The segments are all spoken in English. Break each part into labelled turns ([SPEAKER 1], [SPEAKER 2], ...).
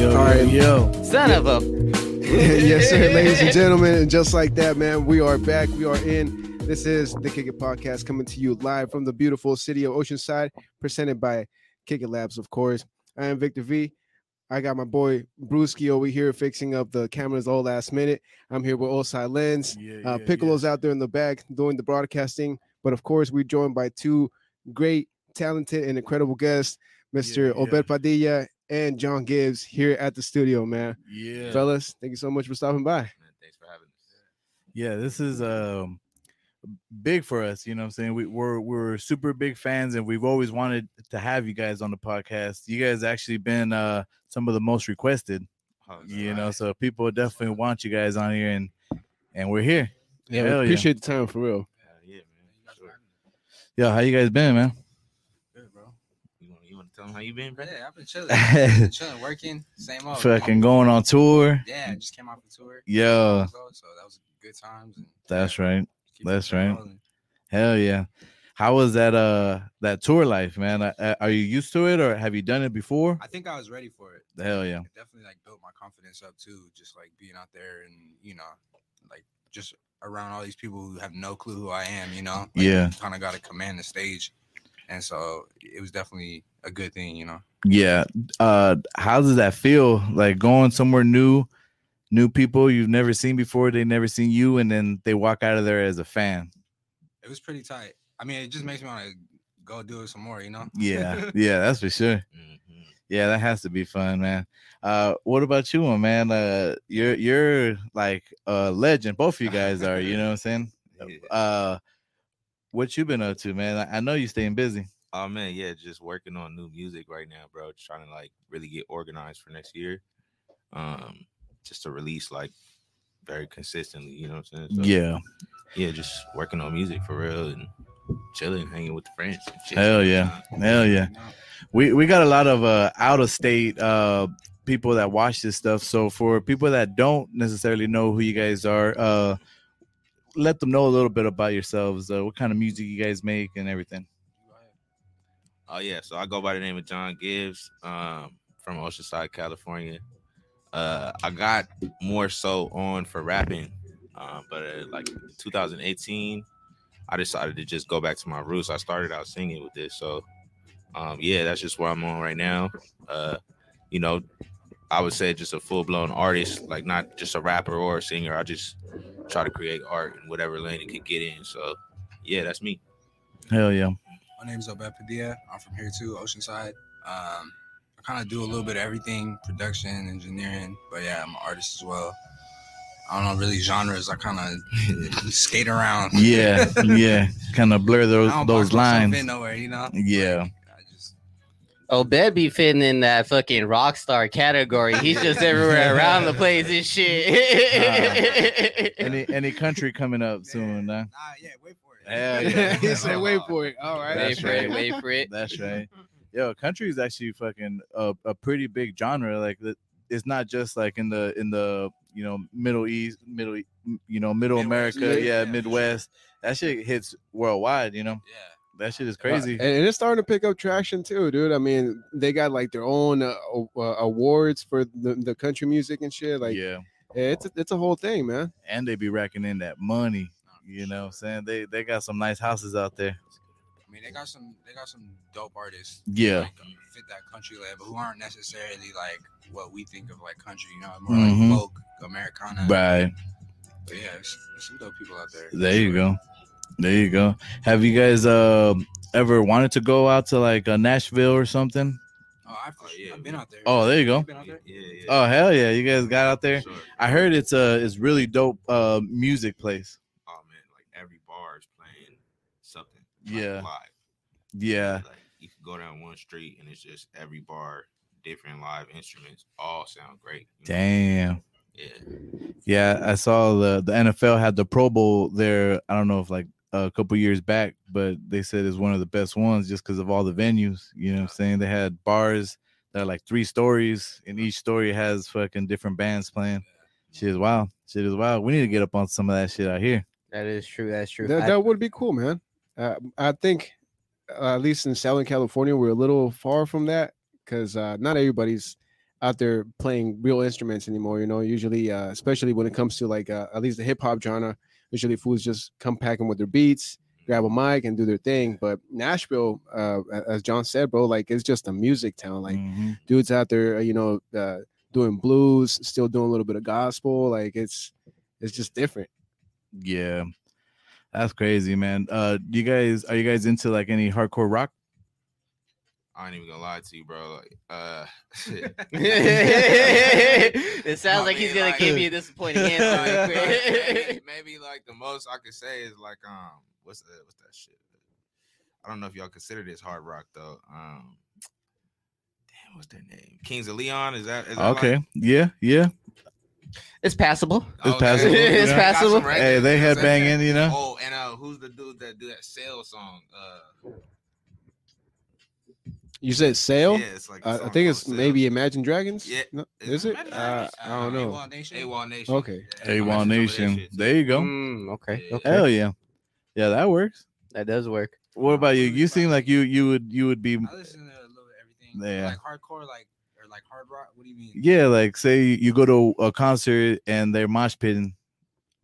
[SPEAKER 1] yo.
[SPEAKER 2] Son of a.
[SPEAKER 1] yes, sir, ladies and gentlemen. And just like that, man, we are back. We are in. This is the Kick It Podcast coming to you live from the beautiful city of Oceanside, presented by Kick It Labs, of course. I am Victor V. I got my boy Brewski over here fixing up the cameras all last minute. I'm here with Osai Lens.
[SPEAKER 3] Yeah,
[SPEAKER 1] Uh,
[SPEAKER 3] yeah,
[SPEAKER 1] Piccolo's out there in the back doing the broadcasting. But of course, we're joined by two great, talented, and incredible guests, Mr.
[SPEAKER 3] yeah.
[SPEAKER 1] Obed Padilla and John Gibbs here at the studio, man.
[SPEAKER 3] Yeah. Yeah.
[SPEAKER 1] Fellas, thank you so much for stopping by.
[SPEAKER 2] Thanks for having us.
[SPEAKER 3] Yeah, this is um big for us, you know what I'm saying? We we're we're super big fans and we've always wanted to have you guys on the podcast. You guys actually been uh some of the most requested,
[SPEAKER 2] Oh,
[SPEAKER 3] you
[SPEAKER 2] God.
[SPEAKER 3] know, so people definitely want you guys on here and and we're here.
[SPEAKER 1] Yeah,
[SPEAKER 3] Hell yeah.
[SPEAKER 1] we appreciate the time for real.
[SPEAKER 2] Hell yeah, man. Sure.
[SPEAKER 3] Yo, how you guys been, man?
[SPEAKER 4] Good, bro.
[SPEAKER 2] You want you want to tell them how you been, bro?
[SPEAKER 4] Yeah, I've been chilling. I've been chilling, working, same old.
[SPEAKER 3] Fucking going on tour.
[SPEAKER 4] Yeah, just came off the tour.
[SPEAKER 3] Yo,
[SPEAKER 4] So so that was good times. And
[SPEAKER 3] that's right.
[SPEAKER 4] keep
[SPEAKER 3] that's
[SPEAKER 4] it going.
[SPEAKER 3] Hell yeah. How was that uh that tour life, man? Uh, uh, Are you used to it or have you done it before?
[SPEAKER 4] I think I was ready for it.
[SPEAKER 3] Hell Oh, yeah.
[SPEAKER 4] It definitely like built my confidence up too, just like being out there and you know, like just around all these people who have no clue who I am. You know, like,
[SPEAKER 3] Yeah.
[SPEAKER 4] kind of got to command the stage, and so it was definitely a good thing. You know,
[SPEAKER 3] yeah uh how does that feel like going somewhere new new people you've never seen before they never seen you and then they walk out of there as a fan
[SPEAKER 4] it was pretty tight. I mean, it just makes me want to go do it some more. You know.
[SPEAKER 3] yeah yeah that's for sure
[SPEAKER 2] Mm-hmm.
[SPEAKER 3] yeah that has to be fun man uh what about you my man uh you're you're like a legend both of you guys are you know what i'm saying
[SPEAKER 4] Yeah.
[SPEAKER 3] uh what you been up to man i I know you staying busy
[SPEAKER 2] Oh man, yeah, just working on new music right now, bro. Just trying to like really get organized for next year. Um, just to release like very consistently, you know what I'm saying? So,
[SPEAKER 3] yeah
[SPEAKER 2] Yeah, just working on music for real and chilling, hanging with the friends. and shit.
[SPEAKER 3] Hell yeah. hell yeah
[SPEAKER 4] You know?
[SPEAKER 3] we we got a lot of uh out of state uh people that watch this stuff so for people that don't necessarily know who you guys are uh let them know a little bit about yourselves uh, what kind of music you guys make and everything
[SPEAKER 2] Oh yeah, so I go by the name of John Gibbs, um, from Oceanside, California. Uh, I got more so on for rapping, um, but uh, like 2018, I decided to just go back to my roots. I started out singing with this, so um, yeah, that's just where I'm on right now. Uh, you know, I would say just a full blown artist, like not just a rapper or a singer. I just try to create art in whatever lane it could get in. So yeah, that's me.
[SPEAKER 3] hell yeah
[SPEAKER 4] My name's Obed Padilla. I'm from here too, Oceanside. Um, I kind of do a little bit of everything production, engineering, but yeah, I'm an artist as well. I don't know really genres. I kind of skate around.
[SPEAKER 3] yeah yeah kind of blur
[SPEAKER 4] I
[SPEAKER 3] those
[SPEAKER 4] don't box
[SPEAKER 3] those
[SPEAKER 4] myself
[SPEAKER 3] lines
[SPEAKER 4] In nowhere, you know.
[SPEAKER 3] yeah
[SPEAKER 4] I just
[SPEAKER 5] Obed Oh, be fitting in that fucking rock star category. He's just everywhere around the place and shit.
[SPEAKER 3] any any country coming up soon huh?
[SPEAKER 4] Nah, yeah, wait for it.
[SPEAKER 3] Hell yeah.
[SPEAKER 1] he said, wait for it. All right.
[SPEAKER 5] wait
[SPEAKER 3] That's
[SPEAKER 5] for it, wait for it.
[SPEAKER 3] That's right. Yo, country is actually fucking a, a pretty big genre. Like the- it's not just like in the in the you know Middle East, Middle E- you know Middle
[SPEAKER 4] Midwest,
[SPEAKER 3] America,
[SPEAKER 4] yeah,
[SPEAKER 3] yeah,
[SPEAKER 4] yeah, for
[SPEAKER 3] Midwest. That shit hits worldwide. You know
[SPEAKER 4] Yeah,
[SPEAKER 3] that shit is crazy.
[SPEAKER 1] And, and it's starting to pick up traction too, dude. I mean, they got like their own uh, uh, awards for the, the country music and shit. Like,
[SPEAKER 3] yeah,
[SPEAKER 1] it's a, it's a whole thing, man.
[SPEAKER 3] and they be racking in that money. You know, what I'm saying they they got some nice houses out there.
[SPEAKER 4] I mean, they got some, they got some dope artists.
[SPEAKER 3] Yeah.
[SPEAKER 4] like, um, fit that country label who aren't necessarily like what we think of like country. You know, more
[SPEAKER 3] Mhm.
[SPEAKER 4] like folk, Americana.
[SPEAKER 3] Right
[SPEAKER 4] But yeah, there's, there's some dope people out there.
[SPEAKER 3] there, you go, there you go. Have you guys uh, ever wanted to go out to like uh, Nashville or something?
[SPEAKER 4] Oh, I've,
[SPEAKER 2] Oh, yeah,
[SPEAKER 4] I've been out there.
[SPEAKER 3] Oh, there you go.
[SPEAKER 4] been out there?
[SPEAKER 2] Yeah, yeah.
[SPEAKER 3] Oh hell yeah, you guys got out there.
[SPEAKER 2] Sure.
[SPEAKER 3] I heard it's a it's really dope uh music place.
[SPEAKER 2] oh man, like every bar is playing something. like,
[SPEAKER 3] Yeah.
[SPEAKER 2] live.
[SPEAKER 3] Yeah,
[SPEAKER 2] Like you can go down one street and it's just every bar, different live instruments, all sound great. you know?
[SPEAKER 3] damn.
[SPEAKER 2] Yeah.
[SPEAKER 3] Yeah, I saw the the NFL had the Pro Bowl there. I don't know if like a couple years back, but they said it's one of the best ones just because of all the venues. You know what I'm saying? They had bars that are like three stories, and each story has fucking different bands playing. Shit is wild. Shit is wild. We need to get up on some of that shit out here.
[SPEAKER 5] That is true. That's true.
[SPEAKER 1] That,
[SPEAKER 5] I-
[SPEAKER 1] that would be cool, man. Uh, I think, uh, at least in Southern California, we're a little far from that because uh, not everybody's out there playing real instruments anymore. You know, usually, uh, especially when it comes to like uh, at least the hip hop genre, usually fools just come packing with their beats, grab a mic, and do their thing. But Nashville, uh, a- as John said, bro, like it's just a music town. Like
[SPEAKER 3] Mhm.
[SPEAKER 1] dudes out there, uh, you know, uh, doing blues, still doing a little bit of gospel. Like it's it's just different.
[SPEAKER 3] yeah, that's crazy, man. Uh, you guys, are you guys into like any hardcore rock?
[SPEAKER 2] I ain't even gonna lie to you, bro. Like, uh,
[SPEAKER 5] it sounds
[SPEAKER 2] I
[SPEAKER 5] like uh, he's
[SPEAKER 2] mean,
[SPEAKER 5] gonna
[SPEAKER 2] like-
[SPEAKER 5] give me a disappointing answer. real
[SPEAKER 2] maybe,
[SPEAKER 5] quick.
[SPEAKER 2] maybe, like the most I could say is like um what's the, what's that shit? I don't know if y'all consider this hard rock though. Um damn, what's their name? Kings of Leon? Is that is that like-
[SPEAKER 3] Okay, yeah, yeah.
[SPEAKER 5] it's passable.
[SPEAKER 3] It's
[SPEAKER 2] Okay.
[SPEAKER 3] passable, It's
[SPEAKER 2] Got some
[SPEAKER 5] passable.
[SPEAKER 2] records,
[SPEAKER 3] Hey, they
[SPEAKER 2] you know
[SPEAKER 3] had
[SPEAKER 2] what I'm saying?
[SPEAKER 3] banging, you know.
[SPEAKER 2] Oh, and uh who's the dude that do that sale song? Uh
[SPEAKER 1] You said sale.
[SPEAKER 2] yeah, it's like a
[SPEAKER 1] Uh, I
[SPEAKER 2] song
[SPEAKER 1] think
[SPEAKER 2] called
[SPEAKER 1] it's
[SPEAKER 2] Sale.
[SPEAKER 1] maybe Imagine Dragons.
[SPEAKER 2] Yeah.
[SPEAKER 1] No,
[SPEAKER 2] It's
[SPEAKER 1] is it?
[SPEAKER 2] Imagine
[SPEAKER 1] Uh,
[SPEAKER 2] Dragons.
[SPEAKER 1] I don't
[SPEAKER 4] Uh,
[SPEAKER 1] know.
[SPEAKER 4] AWOL Nation?
[SPEAKER 2] AWOL Nation.
[SPEAKER 1] Okay.
[SPEAKER 2] Yeah,
[SPEAKER 3] Hey,
[SPEAKER 2] I'm
[SPEAKER 3] Wall
[SPEAKER 2] actually some of that
[SPEAKER 3] Nation.
[SPEAKER 2] shit, so-
[SPEAKER 3] There you go.
[SPEAKER 5] Mm, okay,
[SPEAKER 2] Yeah.
[SPEAKER 5] okay,
[SPEAKER 3] Hell yeah, yeah, that works.
[SPEAKER 5] that does work.
[SPEAKER 3] What about you? You seem like you you would you would be
[SPEAKER 4] I listen to a little bit of everything. but,
[SPEAKER 3] Yeah.
[SPEAKER 4] Like hardcore, like or like hard rock. What do you mean?
[SPEAKER 3] yeah, like say you go to a concert and they're mosh pitting.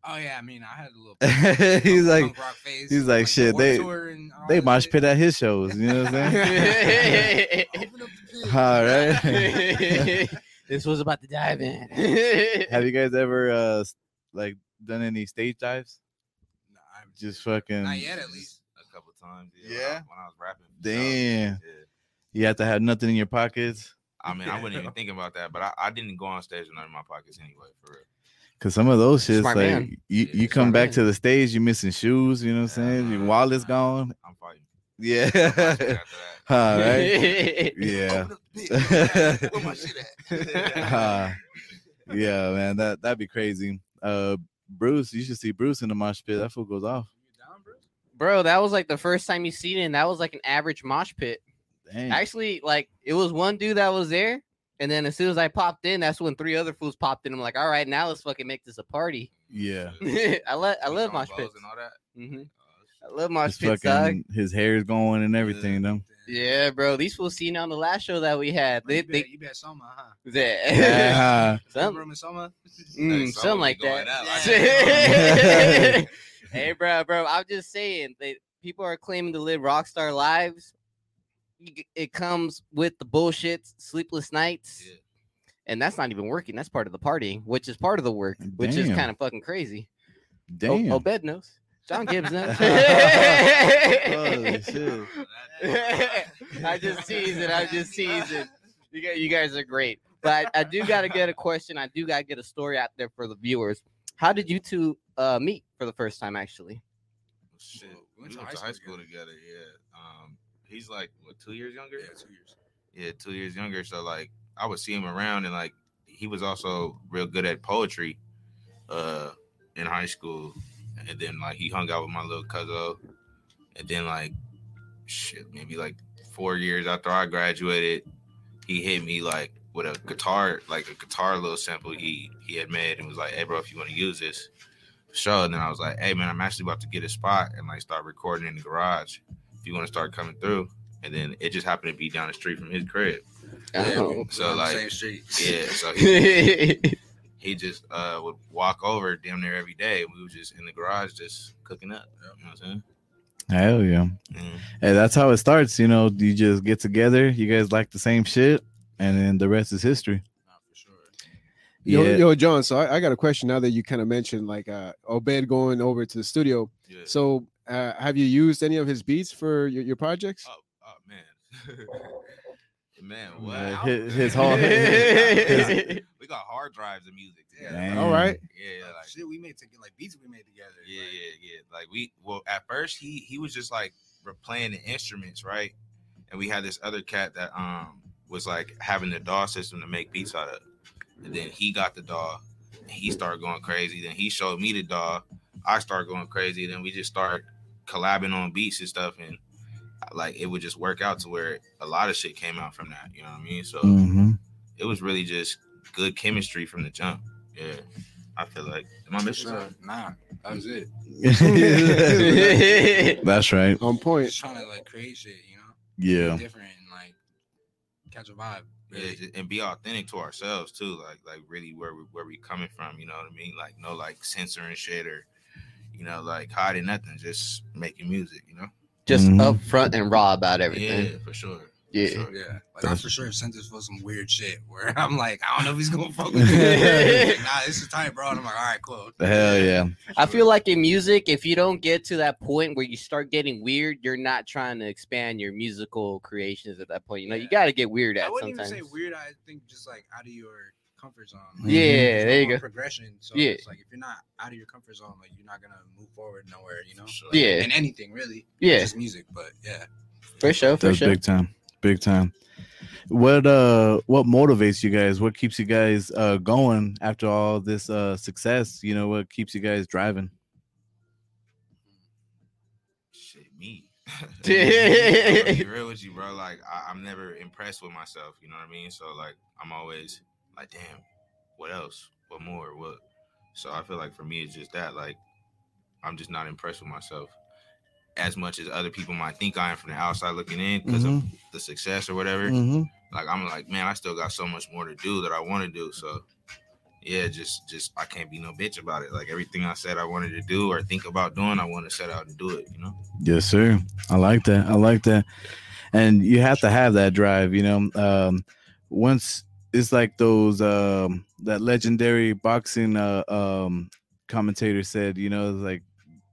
[SPEAKER 4] Oh yeah, I mean I had a little.
[SPEAKER 3] He's
[SPEAKER 4] punk-
[SPEAKER 3] like-
[SPEAKER 4] punk rock phase,
[SPEAKER 3] he's like,
[SPEAKER 4] the
[SPEAKER 3] shit,
[SPEAKER 4] Warped
[SPEAKER 3] they-
[SPEAKER 4] Tour and all
[SPEAKER 3] They
[SPEAKER 4] that
[SPEAKER 3] mosh
[SPEAKER 4] shit.
[SPEAKER 3] pit at his shows. You know what I'm saying?
[SPEAKER 4] Open up the pit.
[SPEAKER 3] All right.
[SPEAKER 5] this was about to dive in.
[SPEAKER 3] Have you guys ever uh s- like done any stage dives?
[SPEAKER 4] Nah, I'm-
[SPEAKER 3] Just fucking.
[SPEAKER 4] Not yet, at least.
[SPEAKER 2] a couple times.
[SPEAKER 3] Yeah?
[SPEAKER 2] When I, when I was rapping. So,
[SPEAKER 3] Damn.
[SPEAKER 2] yeah.
[SPEAKER 3] You have to have nothing in your pockets
[SPEAKER 2] I mean, I wasn't even thinking about that, but I, I didn't go on stage with none of my pockets anyway, for real.
[SPEAKER 3] because some of those shits
[SPEAKER 5] Smart
[SPEAKER 3] like
[SPEAKER 5] man.
[SPEAKER 3] you,
[SPEAKER 2] Yeah,
[SPEAKER 3] you come
[SPEAKER 5] smart
[SPEAKER 3] back
[SPEAKER 5] man.
[SPEAKER 3] to the stage, you missing shoes. You know what I'm saying? Your
[SPEAKER 2] Yeah.
[SPEAKER 3] wallet's gone.
[SPEAKER 2] I'm fighting.
[SPEAKER 3] Yeah.
[SPEAKER 2] I'm not scared after that.
[SPEAKER 3] All right. Yeah.
[SPEAKER 2] Open up the pit. Where my shit at?
[SPEAKER 3] Uh, yeah, man. That that'd be crazy. Uh, Bruce, you should see Bruce in the mosh pit. That fool goes off.
[SPEAKER 4] You down, bro?
[SPEAKER 5] Bro, that was like the first time you seen it, and that was like an average mosh pit.
[SPEAKER 3] Dang.
[SPEAKER 2] Hmm.
[SPEAKER 5] Actually, like it was one dude that was there, and then as soon as I popped in, that's when three other fools popped in. I'm like, all right, now let's fucking make this a party.
[SPEAKER 3] Yeah.
[SPEAKER 5] I love I
[SPEAKER 2] With
[SPEAKER 5] love
[SPEAKER 2] no
[SPEAKER 5] mosh
[SPEAKER 2] bows
[SPEAKER 5] pits.
[SPEAKER 2] and all that.
[SPEAKER 5] Mhm.
[SPEAKER 2] Oh, shit.
[SPEAKER 5] I love mosh
[SPEAKER 3] His
[SPEAKER 5] pits, dog.
[SPEAKER 3] fucking his hair's going and everything. though.
[SPEAKER 5] Yeah, bro. These fools seen on the last show that we had.
[SPEAKER 4] Bro,
[SPEAKER 5] They,
[SPEAKER 4] you, bet,
[SPEAKER 5] they,
[SPEAKER 4] you bet Soma, huh?
[SPEAKER 5] they
[SPEAKER 3] Yeah.
[SPEAKER 5] Some-
[SPEAKER 4] room in Soma.
[SPEAKER 2] Hey,
[SPEAKER 5] Mm, something
[SPEAKER 2] something
[SPEAKER 5] like
[SPEAKER 2] going
[SPEAKER 5] that.
[SPEAKER 2] up. I
[SPEAKER 3] didn't
[SPEAKER 5] hey, bro, bro. I'm just saying that people are claiming to live rock star lives. You g- It comes with the bullshit, sleepless nights,
[SPEAKER 2] Yeah.
[SPEAKER 5] and that's not even working. That's part of the partying, which is part of the work, which is
[SPEAKER 3] Damn.
[SPEAKER 5] kind of fucking crazy. O-
[SPEAKER 3] Damn.
[SPEAKER 5] Obed knows. John Gibbs knows.
[SPEAKER 3] Holy shit.
[SPEAKER 5] I just tease it. I just tease it. You guys, you guys are great. But I, I do gotta get a question. I do gotta get a story out there for the viewers. How did you two uh, meet for the first time? Actually,
[SPEAKER 2] Shit. We went to high school together. Yeah. Um, he's like what two years younger?
[SPEAKER 4] Yeah, two years.
[SPEAKER 2] Yeah, two years younger. So like I would see him around and like he was also real good at poetry uh in high school. And then like he hung out with my little cousin. And then like shit, maybe like four years after I graduated, he hit me like with a guitar, like a guitar little sample he he had made and was like, Hey bro, if you want to use this for sure. And then I was like, Hey man, I'm actually about to get a spot and like start recording in the garage if you want to start coming through. And then it just happened to be down the street from his crib.
[SPEAKER 5] Oh.
[SPEAKER 2] So, like,
[SPEAKER 4] same street.
[SPEAKER 2] Yeah, so he,
[SPEAKER 5] yeah,
[SPEAKER 2] he just uh, would walk over damn near every day. We were just in the garage just cooking up. You know what I'm
[SPEAKER 3] Hell yeah.
[SPEAKER 2] saying? Yeah.
[SPEAKER 3] Hey, that's how it starts. You know, you just get together. You guys like the same shit, and then the rest is history.
[SPEAKER 4] Nah, for sure.
[SPEAKER 1] Yo,
[SPEAKER 3] yeah.
[SPEAKER 1] yo, John. So I, I got a question now that you kind of mentioned like uh, Obed going over to the studio.
[SPEAKER 2] Yeah.
[SPEAKER 1] So uh, have you used any of his beats for your, your projects?
[SPEAKER 2] oh, oh man. man, what?
[SPEAKER 3] Man,
[SPEAKER 2] I
[SPEAKER 3] his-
[SPEAKER 2] don't-
[SPEAKER 3] his whole-
[SPEAKER 5] his-
[SPEAKER 2] we got hard drives of music.
[SPEAKER 4] Yeah.
[SPEAKER 1] All right.
[SPEAKER 2] Yeah,
[SPEAKER 4] Like,
[SPEAKER 2] like
[SPEAKER 4] shit, we made together, like beats we made together.
[SPEAKER 2] Yeah,
[SPEAKER 4] like,
[SPEAKER 2] yeah, yeah. Like we well at first he he was just like re- playing the instruments, right? And we had this other cat that um was like having the DAW system to make beats out of. And then he got the DAW and he started going crazy. Then he showed me the DAW. I started going crazy. Then we just started collabing on beats and stuff and like it would just work out to where a lot of shit came out from that. You know what I mean? So
[SPEAKER 3] Mhm.
[SPEAKER 2] it was really just good chemistry from the jump. Yeah. I feel like am I
[SPEAKER 4] For
[SPEAKER 2] missing
[SPEAKER 4] sure.
[SPEAKER 2] something?
[SPEAKER 4] Nah, that was it.
[SPEAKER 3] that's right.
[SPEAKER 1] On point.
[SPEAKER 2] Uh,
[SPEAKER 4] Just trying to like create shit, you know.
[SPEAKER 3] Yeah.
[SPEAKER 4] Different and like catch a vibe.
[SPEAKER 2] Yeah,
[SPEAKER 4] Really.
[SPEAKER 2] ju- and be authentic to ourselves too. Like like really where we where we coming from. You know what I mean? Like no like censoring shit or you know like hiding nothing. Just making music. You know?
[SPEAKER 5] Just
[SPEAKER 3] Mhm.
[SPEAKER 5] up front and raw about everything.
[SPEAKER 2] Yeah, for sure.
[SPEAKER 5] Yeah.
[SPEAKER 2] For sure.
[SPEAKER 4] Yeah, like I'm
[SPEAKER 2] That's-
[SPEAKER 4] for sure if sent us for some weird shit where I'm like, I don't know if he's gonna fuck with me. nah, this is tight, bro. And I'm like, all right, cool.
[SPEAKER 3] Hell yeah.
[SPEAKER 5] I feel like in music, if you don't get to that point where you start getting weird, you're not trying to expand your musical creations at that point. You know, you
[SPEAKER 4] Yeah.
[SPEAKER 5] got to get weird
[SPEAKER 4] I
[SPEAKER 5] at
[SPEAKER 4] wouldn't
[SPEAKER 5] sometimes.
[SPEAKER 4] even say weird. I think just like out of your comfort zone. Like,
[SPEAKER 5] Yeah,
[SPEAKER 4] there's
[SPEAKER 5] there you
[SPEAKER 4] more
[SPEAKER 5] go.
[SPEAKER 4] Progression. So
[SPEAKER 5] Yeah.
[SPEAKER 4] it's like if you're not out of your comfort zone, like you're not gonna move forward nowhere. You know.
[SPEAKER 2] For sure.
[SPEAKER 5] Yeah,
[SPEAKER 4] In anything really.
[SPEAKER 5] yeah,
[SPEAKER 4] Just music, but yeah.
[SPEAKER 5] for sure, for
[SPEAKER 3] That's
[SPEAKER 5] sure.
[SPEAKER 3] big time. Big time. What uh what motivates you guys? What keeps you guys uh going after all this uh success? You know, what keeps you guys driving?
[SPEAKER 2] Shit, me. I'm gonna be real with you, bro. Like I, I'm never impressed with myself. You know what I mean? So like I'm always like, damn, what else? What more? What? So I feel like for me it's just that. Like I'm just not impressed with myself as much as other people might think I am from the outside looking in because
[SPEAKER 5] Mm-hmm,
[SPEAKER 2] of the success or whatever.
[SPEAKER 3] Mhm.
[SPEAKER 2] Like I'm like, man, I still got so much more to do that I want to do. So yeah, just just I can't be no bitch about it. Like everything I said I wanted to do or think about doing, I want to set out and do it. You know?
[SPEAKER 3] Yes, sir. I like that. I like that. And you have to have that drive, you know. Um once it's like those um that legendary boxing uh um commentator said, you know, like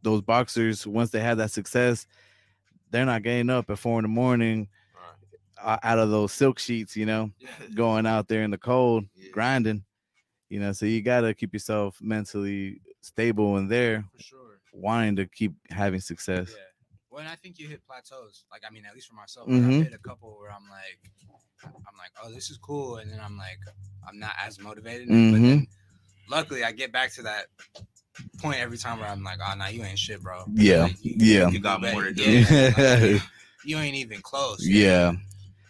[SPEAKER 3] those boxers once they have that success, they're not getting up at four in the morning
[SPEAKER 2] All right.
[SPEAKER 3] uh, out of those silk sheets, you know, going out there in the cold,
[SPEAKER 2] Yeah.
[SPEAKER 3] grinding, you know. So you gotta keep yourself mentally stable and there,
[SPEAKER 4] For sure.
[SPEAKER 3] wanting to keep having
[SPEAKER 4] Yeah.
[SPEAKER 3] success.
[SPEAKER 4] Well, and I think you hit plateaus. Like, I mean, at least for myself, like,
[SPEAKER 3] Mhm.
[SPEAKER 4] I've hit a couple where I'm like, I'm like, oh, this is cool, and then I'm like, I'm not as motivated. But then, luckily, I get back to that point every time where I'm like, oh, nah, you ain't shit, bro.
[SPEAKER 3] Yeah.
[SPEAKER 4] Like, you-
[SPEAKER 3] Yeah.
[SPEAKER 4] can
[SPEAKER 2] You got
[SPEAKER 4] better.
[SPEAKER 2] more to do.
[SPEAKER 4] Yeah.
[SPEAKER 3] Yeah.
[SPEAKER 4] Like, you ain't even close.
[SPEAKER 3] yeah.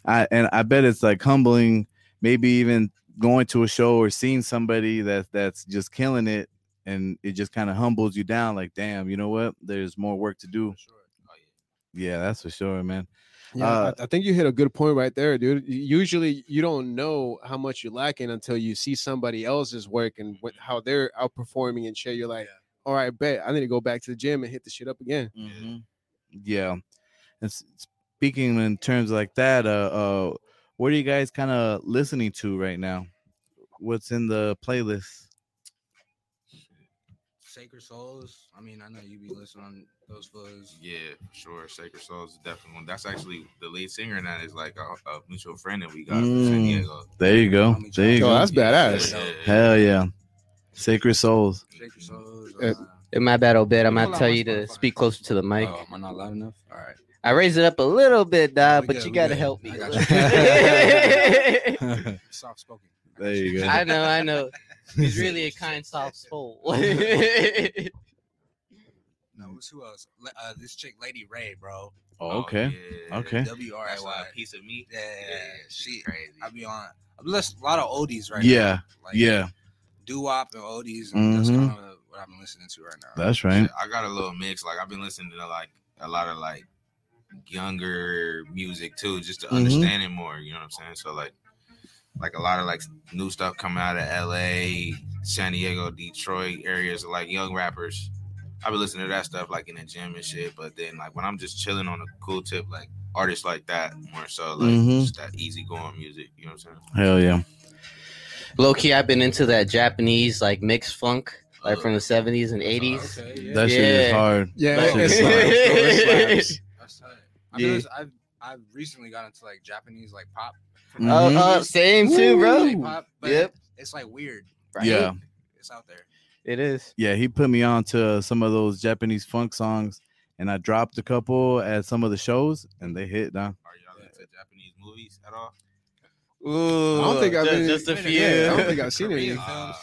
[SPEAKER 3] I and I bet it's like humbling, maybe even going to a show or seeing somebody that that's just killing it and it just kind of humbles you down like damn you know what there's more work to do
[SPEAKER 4] For sure.
[SPEAKER 2] Oh, yeah.
[SPEAKER 3] yeah that's for sure man
[SPEAKER 1] Yeah,
[SPEAKER 3] Uh,
[SPEAKER 1] I, I think you hit a good point right there, dude. Y- Usually, you don't know how much you're lacking until you see somebody else's work and what,
[SPEAKER 2] Mm-hmm.
[SPEAKER 1] how they're outperforming and shit. You're like,
[SPEAKER 4] Yeah.
[SPEAKER 1] all right, bet I need to go back to the gym and hit the shit up again.
[SPEAKER 3] Mm-hmm. Yeah. And s- speaking in terms like that, uh, uh what are you guys kind of listening to right now? What's in the playlist?
[SPEAKER 4] Sacred Souls. I mean, I know you be listening to those fools.
[SPEAKER 2] Yeah, for sure. Sacred Souls is definitely one. That's actually the lead singer in that is like a, a mutual friend that we got from San
[SPEAKER 3] Mm.
[SPEAKER 2] Diego.
[SPEAKER 3] There you go.
[SPEAKER 4] Homie
[SPEAKER 3] There you
[SPEAKER 1] Oh,
[SPEAKER 3] go.
[SPEAKER 1] that's badass.
[SPEAKER 2] Yeah,
[SPEAKER 3] Hell yeah. Sacred Souls.
[SPEAKER 4] Sacred Souls.
[SPEAKER 1] Uh,
[SPEAKER 4] Uh,
[SPEAKER 5] In my bad, Obed, I'm
[SPEAKER 2] Hold
[SPEAKER 5] gonna
[SPEAKER 2] on,
[SPEAKER 5] tell
[SPEAKER 2] my
[SPEAKER 5] you to
[SPEAKER 2] Spotify.
[SPEAKER 5] speak closer to the mic.
[SPEAKER 4] oh, am I not loud enough? All right.
[SPEAKER 5] I raised it up a little bit, nah,
[SPEAKER 4] We
[SPEAKER 5] but
[SPEAKER 4] good,
[SPEAKER 5] you
[SPEAKER 4] we
[SPEAKER 5] gotta
[SPEAKER 4] good.
[SPEAKER 5] help me.
[SPEAKER 4] I
[SPEAKER 5] a
[SPEAKER 4] got
[SPEAKER 5] little bit.
[SPEAKER 3] there
[SPEAKER 4] Soft spoken.
[SPEAKER 3] you go.
[SPEAKER 5] I know, I know. He's really a kind, soft soul. yeah,
[SPEAKER 4] No, who's who else? Le- Uh, this chick, Lady Ray, bro.
[SPEAKER 3] Oh, okay.
[SPEAKER 2] yeah.
[SPEAKER 3] Okay.
[SPEAKER 4] W R I
[SPEAKER 2] That's
[SPEAKER 4] Y.
[SPEAKER 2] a piece of meat.
[SPEAKER 4] Yeah, she.
[SPEAKER 2] crazy.
[SPEAKER 4] I be on. I listen a lot of oldies right now.
[SPEAKER 3] Yeah.
[SPEAKER 4] like
[SPEAKER 3] Yeah.
[SPEAKER 4] doo wop and oldies. And That's
[SPEAKER 3] Mhm.
[SPEAKER 4] kind of what I've been listening to right now.
[SPEAKER 3] That's right.
[SPEAKER 2] Shit, I got a little mix. Like I've been listening to like a lot of like younger music too, just to
[SPEAKER 3] Mhm.
[SPEAKER 2] understand it more. You know what I'm saying? So like, like a lot of like new stuff coming out of L.A., San Diego, Detroit areas, like young rappers. I've been listening to that stuff like in the gym and shit. But then like when I'm just chilling on a cool tip, like artists like that more so like
[SPEAKER 3] Mhm.
[SPEAKER 2] just that easygoing music. You know what I'm saying?
[SPEAKER 3] Hell yeah.
[SPEAKER 5] Low key, I've been into that Japanese like mixed funk, like
[SPEAKER 2] Uh,
[SPEAKER 5] from the '70s and '80s.
[SPEAKER 4] Okay, yeah.
[SPEAKER 3] That shit is
[SPEAKER 5] Yeah.
[SPEAKER 3] hard.
[SPEAKER 1] Yeah,
[SPEAKER 3] That shit
[SPEAKER 1] it's
[SPEAKER 3] slaps.
[SPEAKER 1] like-
[SPEAKER 4] slaps. That's tight. I mean,
[SPEAKER 3] Yeah.
[SPEAKER 4] listen, I've I've recently got into like Japanese like pop.
[SPEAKER 3] Mhm.
[SPEAKER 5] Oh, oh, same too,
[SPEAKER 1] Ooh.
[SPEAKER 5] bro.
[SPEAKER 4] Like, pop, but
[SPEAKER 5] Yep.
[SPEAKER 4] It's like weird.
[SPEAKER 3] Yeah.
[SPEAKER 4] It's out there.
[SPEAKER 5] it is.
[SPEAKER 3] Yeah, he put me on to some of those Japanese funk songs, and I dropped a couple at some of the shows, and they hit. Nah.
[SPEAKER 2] Are y'all into Japanese movies at all?
[SPEAKER 5] Ooh,
[SPEAKER 1] I don't think I've
[SPEAKER 5] ju-
[SPEAKER 1] been-
[SPEAKER 5] just, a
[SPEAKER 4] Wait a
[SPEAKER 5] few.
[SPEAKER 1] minute, I don't think I've seen
[SPEAKER 4] Korean
[SPEAKER 1] any.
[SPEAKER 4] films.
[SPEAKER 2] Ah,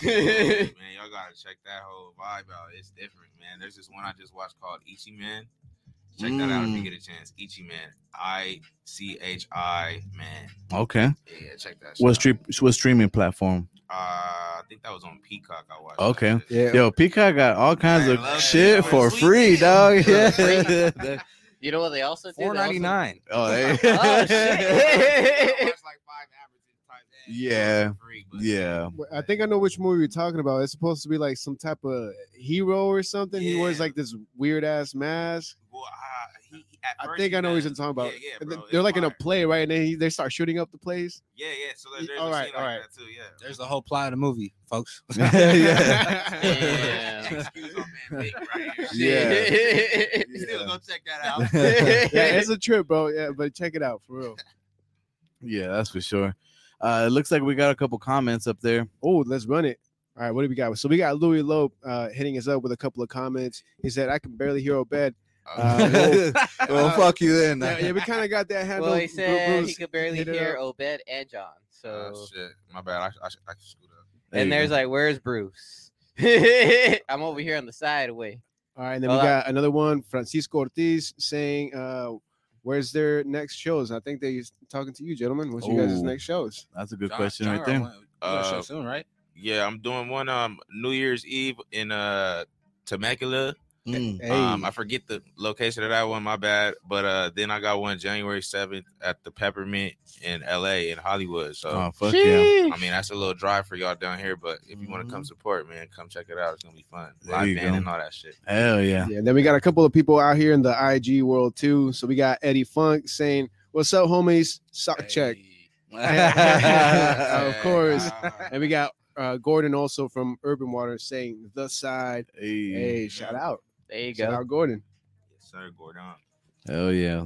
[SPEAKER 2] man, y'all gotta check that whole vibe out. It's different, man. There's this one I just watched called Ichi Man. Check that out if you
[SPEAKER 3] Mm.
[SPEAKER 2] get a chance. Ichi Man. I C H I man.
[SPEAKER 3] Okay.
[SPEAKER 2] Yeah, check that. shit
[SPEAKER 3] What
[SPEAKER 2] out.
[SPEAKER 3] stream? What streaming platform?
[SPEAKER 2] Uh, I think that was on Peacock. I watched.
[SPEAKER 3] Okay.
[SPEAKER 2] that.
[SPEAKER 1] Yeah.
[SPEAKER 3] Yo, Peacock got all kinds
[SPEAKER 2] I
[SPEAKER 3] of
[SPEAKER 2] love
[SPEAKER 3] shit
[SPEAKER 2] it.
[SPEAKER 3] for
[SPEAKER 2] Sweet
[SPEAKER 3] free,
[SPEAKER 2] deal.
[SPEAKER 3] dog.
[SPEAKER 5] For
[SPEAKER 3] Yeah.
[SPEAKER 5] free. You know what they also did? They also-
[SPEAKER 4] nine.
[SPEAKER 3] Oh, hey.
[SPEAKER 5] Oh, shit.
[SPEAKER 4] I watched like five
[SPEAKER 3] Yeah.
[SPEAKER 2] Freak, but-
[SPEAKER 3] Yeah.
[SPEAKER 1] Wait, I think I know which movie you're talking about. It's supposed to be like some type of hero or something. He wears
[SPEAKER 2] Yeah.
[SPEAKER 1] like this weird ass mask.
[SPEAKER 2] Well, uh, he, he- at
[SPEAKER 1] I
[SPEAKER 2] first
[SPEAKER 1] think
[SPEAKER 2] he
[SPEAKER 1] I know what you're
[SPEAKER 2] does.
[SPEAKER 1] talking about.
[SPEAKER 2] Yeah, yeah,
[SPEAKER 1] And
[SPEAKER 2] bro,
[SPEAKER 1] then
[SPEAKER 2] it's
[SPEAKER 1] They're like in a
[SPEAKER 2] fire.
[SPEAKER 1] play, right? And then he, they start shooting up the place.
[SPEAKER 2] Yeah, yeah. So there-
[SPEAKER 1] Ye-
[SPEAKER 2] there's
[SPEAKER 1] all
[SPEAKER 2] a
[SPEAKER 1] right,
[SPEAKER 2] scene
[SPEAKER 1] all
[SPEAKER 2] like
[SPEAKER 1] right.
[SPEAKER 2] that too. Yeah.
[SPEAKER 4] There's the whole plot of the movie, folks.
[SPEAKER 3] yeah.
[SPEAKER 5] Yeah.
[SPEAKER 2] Excuse my man Vic right here.
[SPEAKER 3] Yeah.
[SPEAKER 2] Still
[SPEAKER 3] Yeah.
[SPEAKER 2] go check that out.
[SPEAKER 1] yeah, it's a trip, bro. Yeah, but check it out for real.
[SPEAKER 3] Yeah, that's for sure. Uh, it looks like we got a couple comments up there.
[SPEAKER 1] Oh, let's run it. All right, what do we got? So we got Louis Lope uh, hitting us up with a couple of comments. He said, "I can barely hear Obed." Uh,
[SPEAKER 3] well,
[SPEAKER 1] Uh,
[SPEAKER 3] fuck you then.
[SPEAKER 1] Yeah, yeah we kind of got that handle.
[SPEAKER 5] well, he said he
[SPEAKER 1] Bruce.
[SPEAKER 5] could barely
[SPEAKER 1] hit it
[SPEAKER 5] hear Obed and John. So,
[SPEAKER 2] Oh, shit. My bad. I, I, I can scoot up.
[SPEAKER 3] There
[SPEAKER 5] and
[SPEAKER 3] you
[SPEAKER 5] there's
[SPEAKER 3] go.
[SPEAKER 5] like, where's Bruce? I'm over here on the side away.
[SPEAKER 1] All right, and then
[SPEAKER 5] Well,
[SPEAKER 1] we
[SPEAKER 5] I-
[SPEAKER 1] got another one, Francisco Ortiz saying, uh, "Where's their next shows?" I think they're talking to you, gentlemen. What's your guys'
[SPEAKER 3] Ooh.
[SPEAKER 1] next shows?
[SPEAKER 3] that's a good question right there.
[SPEAKER 2] Uh,
[SPEAKER 4] soon, right?
[SPEAKER 2] Yeah, I'm doing one um New Year's Eve in uh Temecula.
[SPEAKER 5] Ah,
[SPEAKER 3] Mm.
[SPEAKER 1] Hey,
[SPEAKER 2] Um, I forget the location of that one. My bad. But uh, then I got one January seventh at the Peppermint in L.A. in Hollywood. So
[SPEAKER 3] Oh fuck yeah.
[SPEAKER 2] I mean that's a little drive for y'all down here, but if you want to come
[SPEAKER 3] Mhm.
[SPEAKER 2] support, man, come check it out. It's gonna be fun.
[SPEAKER 3] There
[SPEAKER 2] Live
[SPEAKER 3] you
[SPEAKER 2] band
[SPEAKER 3] go.
[SPEAKER 2] and all that shit.
[SPEAKER 3] Hell yeah.
[SPEAKER 1] yeah. Then we got a couple of people out here in the IG world too. So we got Eddie Funk saying, "What's up, homies? Sock check."
[SPEAKER 4] Oh,
[SPEAKER 1] Of course.
[SPEAKER 2] Nah.
[SPEAKER 1] And we got uh, Gordon also from Urban Water saying, "The side."
[SPEAKER 3] Hey.
[SPEAKER 1] Hey, shout out,
[SPEAKER 5] There you
[SPEAKER 1] shout
[SPEAKER 5] go.
[SPEAKER 1] out, Gordon.
[SPEAKER 2] Yes, sir, Gordon.
[SPEAKER 3] Hell yeah.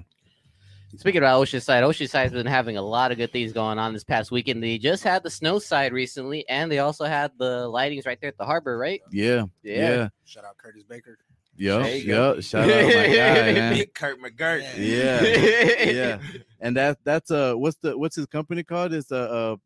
[SPEAKER 5] Speaking about Oceanside, Oceanside's been having a lot of good things going on this past weekend. They just had the snow side recently, and they also had the lightings right there at the harbor, right?
[SPEAKER 3] Yeah. Yeah.
[SPEAKER 4] Shout out Curtis Baker.
[SPEAKER 3] Yup.
[SPEAKER 2] There
[SPEAKER 3] Yup.
[SPEAKER 2] you go.
[SPEAKER 3] Shout out my guy, man.
[SPEAKER 2] Big Kurt McGirt.
[SPEAKER 3] Yeah. Yeah. And that that's uh what's the what's his company called? It's uh, uh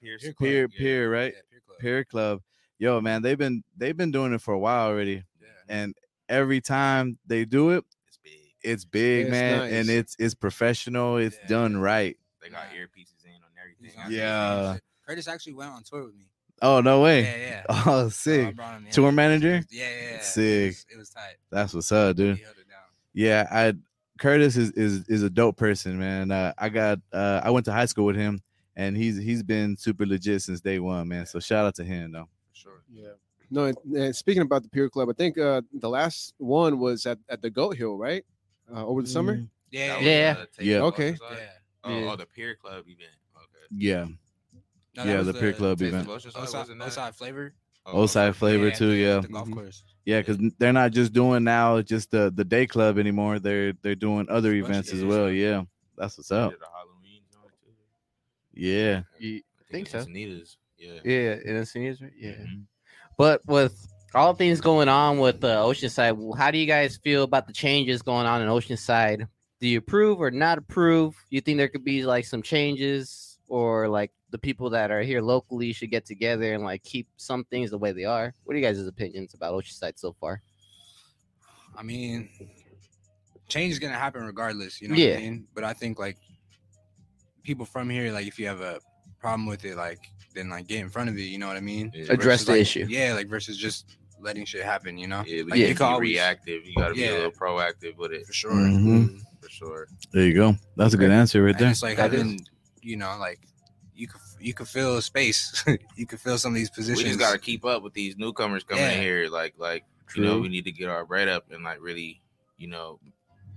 [SPEAKER 2] Pierce
[SPEAKER 4] Peer
[SPEAKER 2] Clark,
[SPEAKER 3] Peer
[SPEAKER 2] yeah.
[SPEAKER 3] Peer, right?
[SPEAKER 4] Yeah, Peer Club.
[SPEAKER 3] Peer Club. Yo, man, they've been they've been doing it for a while already.
[SPEAKER 4] Yeah.
[SPEAKER 3] And every time they do it,
[SPEAKER 2] It's big.
[SPEAKER 3] it's big,
[SPEAKER 1] It's
[SPEAKER 3] man,
[SPEAKER 1] nice.
[SPEAKER 3] and it's it's professional, it's
[SPEAKER 4] Yeah.
[SPEAKER 3] done right.
[SPEAKER 2] They got
[SPEAKER 4] Nah.
[SPEAKER 2] earpieces in on
[SPEAKER 4] He's
[SPEAKER 2] everything.
[SPEAKER 4] on
[SPEAKER 3] Yeah.
[SPEAKER 4] there. Curtis actually went on tour with me.
[SPEAKER 3] Oh, no way.
[SPEAKER 4] Yeah, yeah.
[SPEAKER 3] Oh,
[SPEAKER 4] So I
[SPEAKER 3] sick.
[SPEAKER 4] brought him in.
[SPEAKER 3] Tour manager?
[SPEAKER 4] Yeah, yeah, yeah.
[SPEAKER 3] Sick.
[SPEAKER 4] It was, it was tight.
[SPEAKER 3] That's what's up, dude.
[SPEAKER 4] He held it down.
[SPEAKER 3] Yeah, I Curtis is is is a dope person, man. Uh, I got uh, I went to high school with him, and he's he's been super legit since day one, man. So shout out to him, though.
[SPEAKER 4] Sure.
[SPEAKER 1] Yeah. No, and, and speaking about the Pure Club, I think uh, the last one was at, at the Goat Hill, right? Uh, over the summer.
[SPEAKER 5] Mm,
[SPEAKER 3] Mm-hmm.
[SPEAKER 4] Yeah,
[SPEAKER 2] That
[SPEAKER 4] yeah.
[SPEAKER 5] Yeah.
[SPEAKER 2] was, uh,
[SPEAKER 3] Yeah.
[SPEAKER 2] Taylor
[SPEAKER 1] Okay.
[SPEAKER 2] Oceanside?
[SPEAKER 4] yeah.
[SPEAKER 2] Oh,
[SPEAKER 5] Yeah.
[SPEAKER 2] oh, the Peer Club event. Okay.
[SPEAKER 3] Yeah,
[SPEAKER 4] No, that
[SPEAKER 3] yeah,
[SPEAKER 4] was
[SPEAKER 3] the Peer Club
[SPEAKER 2] Taste
[SPEAKER 3] event,
[SPEAKER 2] of Oceanside,
[SPEAKER 4] Outside,
[SPEAKER 2] wasn't that?
[SPEAKER 4] outside flavor.
[SPEAKER 2] Oh,
[SPEAKER 3] Osai flavor too. Yeah,
[SPEAKER 4] at The golf
[SPEAKER 1] Mhm.
[SPEAKER 4] course.
[SPEAKER 3] yeah, because they're not just doing now just the the day club anymore. They're they're doing other
[SPEAKER 4] Bunch of
[SPEAKER 3] events as
[SPEAKER 4] different
[SPEAKER 3] well.
[SPEAKER 4] stuff.
[SPEAKER 3] Yeah, that's what's
[SPEAKER 2] They
[SPEAKER 3] up.
[SPEAKER 2] did a Halloween joint, too.
[SPEAKER 3] Yeah,
[SPEAKER 5] You
[SPEAKER 2] I think
[SPEAKER 5] think so?
[SPEAKER 2] it's Anita's. Yeah.
[SPEAKER 5] Yeah, in seniors, right?
[SPEAKER 2] Mhm.
[SPEAKER 5] But with all things going on with uh, Oceanside, w- how do you guys feel about the changes going on in Oceanside? Do you approve or not approve? You think there could be like some changes, or like the people that are here locally should get together and like keep some things the way they are? What are you guys' opinions about Oceanside so far?
[SPEAKER 4] I mean, change is gonna happen regardless. You know
[SPEAKER 5] Yeah.
[SPEAKER 4] what I mean? But I think like people from here, like if you have a problem with it, like then like get in front of it. You know what I mean?
[SPEAKER 2] Yeah.
[SPEAKER 5] Address
[SPEAKER 4] Versus,
[SPEAKER 5] the
[SPEAKER 4] like-
[SPEAKER 5] issue.
[SPEAKER 4] Yeah, like versus just letting shit happen. You know?
[SPEAKER 2] Yeah,
[SPEAKER 4] Like,
[SPEAKER 2] but you
[SPEAKER 4] you
[SPEAKER 2] can
[SPEAKER 4] could always-
[SPEAKER 2] reactive. You got to be
[SPEAKER 4] Yeah.
[SPEAKER 2] a little proactive with it
[SPEAKER 4] For sure.
[SPEAKER 3] Mhm.
[SPEAKER 2] for sure.
[SPEAKER 3] there you go. That's a good answer right
[SPEAKER 4] And
[SPEAKER 3] there.
[SPEAKER 4] it's like
[SPEAKER 5] Mm-hmm. That is-
[SPEAKER 4] having, you know, like you could you could feel space. you could feel some of these
[SPEAKER 2] We
[SPEAKER 4] positions.
[SPEAKER 2] just got to keep up with these newcomers coming
[SPEAKER 4] Yeah.
[SPEAKER 2] in here. Like, like you know, we need to get our bread up and like really, you know,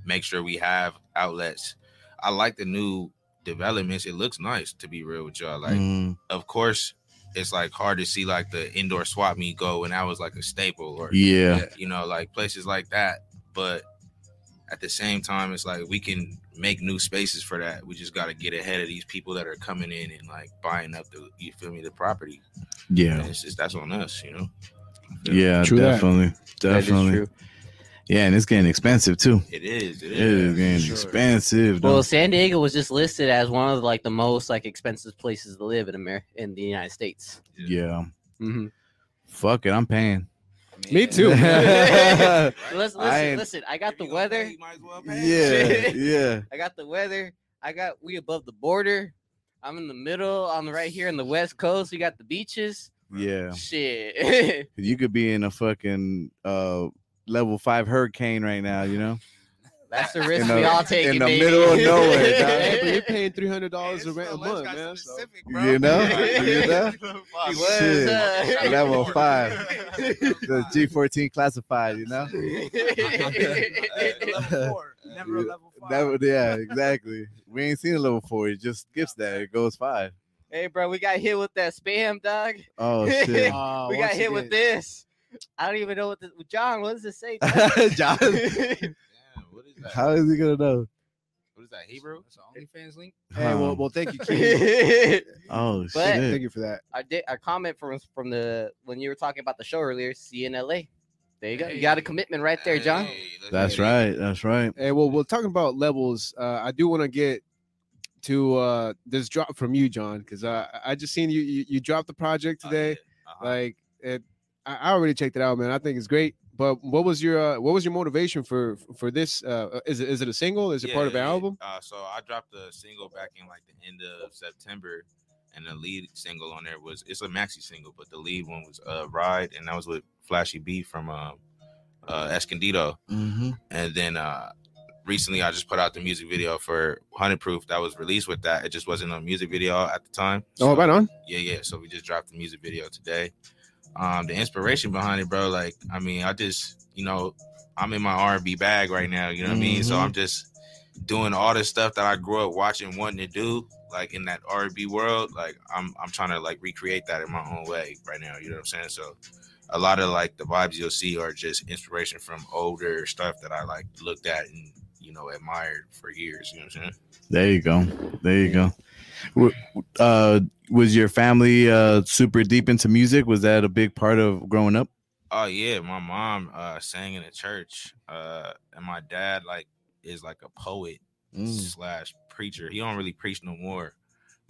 [SPEAKER 2] make sure we have outlets. I like the new developments. It looks nice to be real with y'all. Like,
[SPEAKER 3] Mhm.
[SPEAKER 2] of course, it's like hard to see like the indoor swap meet go, and that was like a staple, or
[SPEAKER 3] Yeah,
[SPEAKER 2] you know, like places like that. But at the same time, it's like we can make new spaces for that. We just got to get ahead of these people that are coming in and like buying up the you feel me the property. And
[SPEAKER 3] yeah,
[SPEAKER 2] it's just that's on us, you know.
[SPEAKER 3] yeah,
[SPEAKER 1] True that.
[SPEAKER 3] definitely, definitely. Yeah, and it's getting expensive too.
[SPEAKER 2] It is. It
[SPEAKER 3] It
[SPEAKER 2] is.
[SPEAKER 3] is getting
[SPEAKER 4] Sure.
[SPEAKER 3] expensive. though.
[SPEAKER 5] Well, San Diego was just listed as one of like the most like expensive places to live in America in the United States.
[SPEAKER 3] yeah,
[SPEAKER 5] Mm-hmm.
[SPEAKER 3] fuck it, I'm paying.
[SPEAKER 1] Me too.
[SPEAKER 3] yeah,
[SPEAKER 5] Listen, listen,
[SPEAKER 3] I
[SPEAKER 5] I
[SPEAKER 3] ain't-
[SPEAKER 5] listen. I got the weather.
[SPEAKER 2] Oh,
[SPEAKER 3] yeah.
[SPEAKER 5] I got the weather. I got we above the border. I'm in the middle. I'm right here in the West Coast. We got the beaches.
[SPEAKER 3] Yeah.
[SPEAKER 5] Shit.
[SPEAKER 3] You could be in a fucking uh level five hurricane right now, you know?
[SPEAKER 5] That's the risk
[SPEAKER 3] In
[SPEAKER 5] we
[SPEAKER 3] the-
[SPEAKER 5] all take.
[SPEAKER 3] in the middle of nowhere,
[SPEAKER 1] Hey, but you're paying three hundred dollars a
[SPEAKER 2] It's
[SPEAKER 1] rent a
[SPEAKER 2] so-
[SPEAKER 1] month,
[SPEAKER 2] let's got
[SPEAKER 1] man. so-
[SPEAKER 2] specific,
[SPEAKER 3] You
[SPEAKER 2] bro.
[SPEAKER 3] know?
[SPEAKER 5] You
[SPEAKER 3] know?
[SPEAKER 2] Fuck.
[SPEAKER 5] He
[SPEAKER 3] Shit.
[SPEAKER 5] was, uh,
[SPEAKER 3] Level five. the G14 classified, you know?
[SPEAKER 6] level four, never a level five.
[SPEAKER 3] That would, yeah, exactly. We ain't seen a level four. It just skips that. It goes five.
[SPEAKER 5] hey, bro, we got hit with that spam, dog.
[SPEAKER 3] Oh shit.
[SPEAKER 1] Uh,
[SPEAKER 5] we
[SPEAKER 1] once
[SPEAKER 5] got hit with
[SPEAKER 1] again,
[SPEAKER 5] this. I don't even know what the John. What does it say?
[SPEAKER 3] John,
[SPEAKER 2] Damn, what is that?
[SPEAKER 3] how is he gonna know?
[SPEAKER 2] What is that, Hebrew?
[SPEAKER 4] That's the OnlyFans link.
[SPEAKER 1] Hey, well,
[SPEAKER 3] Um,
[SPEAKER 1] well, thank you, Keith.
[SPEAKER 5] John?
[SPEAKER 3] Oh
[SPEAKER 5] But-
[SPEAKER 1] Thank
[SPEAKER 3] shit.
[SPEAKER 1] you for that.
[SPEAKER 5] I did a comment from from the when you were talking about the show earlier. See you in L.A. There you go. You got a
[SPEAKER 2] Hey.
[SPEAKER 5] commitment right there, John.
[SPEAKER 2] Hey, look
[SPEAKER 3] That's
[SPEAKER 2] at it. Oh,
[SPEAKER 3] right. That's right.
[SPEAKER 1] Hey, well, we're talking about levels. Uh, I do want to get to uh, this drop from you, John, because I I just seen you you, you dropped the project
[SPEAKER 2] Oh,
[SPEAKER 1] today.
[SPEAKER 2] yeah. Uh-huh.
[SPEAKER 1] Like it, I, I already checked it out, man. I think it's great. But what was your uh, what was your motivation for for this? Uh, is it is it a single? Is it part of an
[SPEAKER 2] Yeah, yeah.
[SPEAKER 1] album?
[SPEAKER 2] Uh, so I dropped a single back in like the end of September, and the lead single on there was it's a maxi single, but the lead one was uh, "Ride," and that was with Flashy B from um, uh, Escondido.
[SPEAKER 3] Mm-hmm.
[SPEAKER 2] And then uh, recently, I just put out the music video for "100 Proof" that was released with that. It just wasn't a music video at the time.
[SPEAKER 1] Oh,
[SPEAKER 2] So-
[SPEAKER 1] right on.
[SPEAKER 2] yeah, yeah. So we just dropped the music video today. Um, the inspiration behind it, bro. Like, I mean, I just, you know, I'm in my R&B bag right now. You know what I mean? So
[SPEAKER 3] Mhm.
[SPEAKER 2] I'm just doing all the stuff that I grew up watching, wanting to do, like in that R&B world. Like, I'm, I'm trying to like recreate that in my own way right now. You know what I'm saying? So, a lot of like the vibes you'll see are just inspiration from older stuff that I like looked at and you know admired for years. You know what I'm saying?
[SPEAKER 3] There you go. There you go. W- Uh, was your family uh super deep into music? Was that a big part of growing up?
[SPEAKER 2] Oh yeah, my mom uh sang in the church. Uh and my dad like is like a poet
[SPEAKER 3] Mm.
[SPEAKER 2] slash preacher. He don't really preach no more.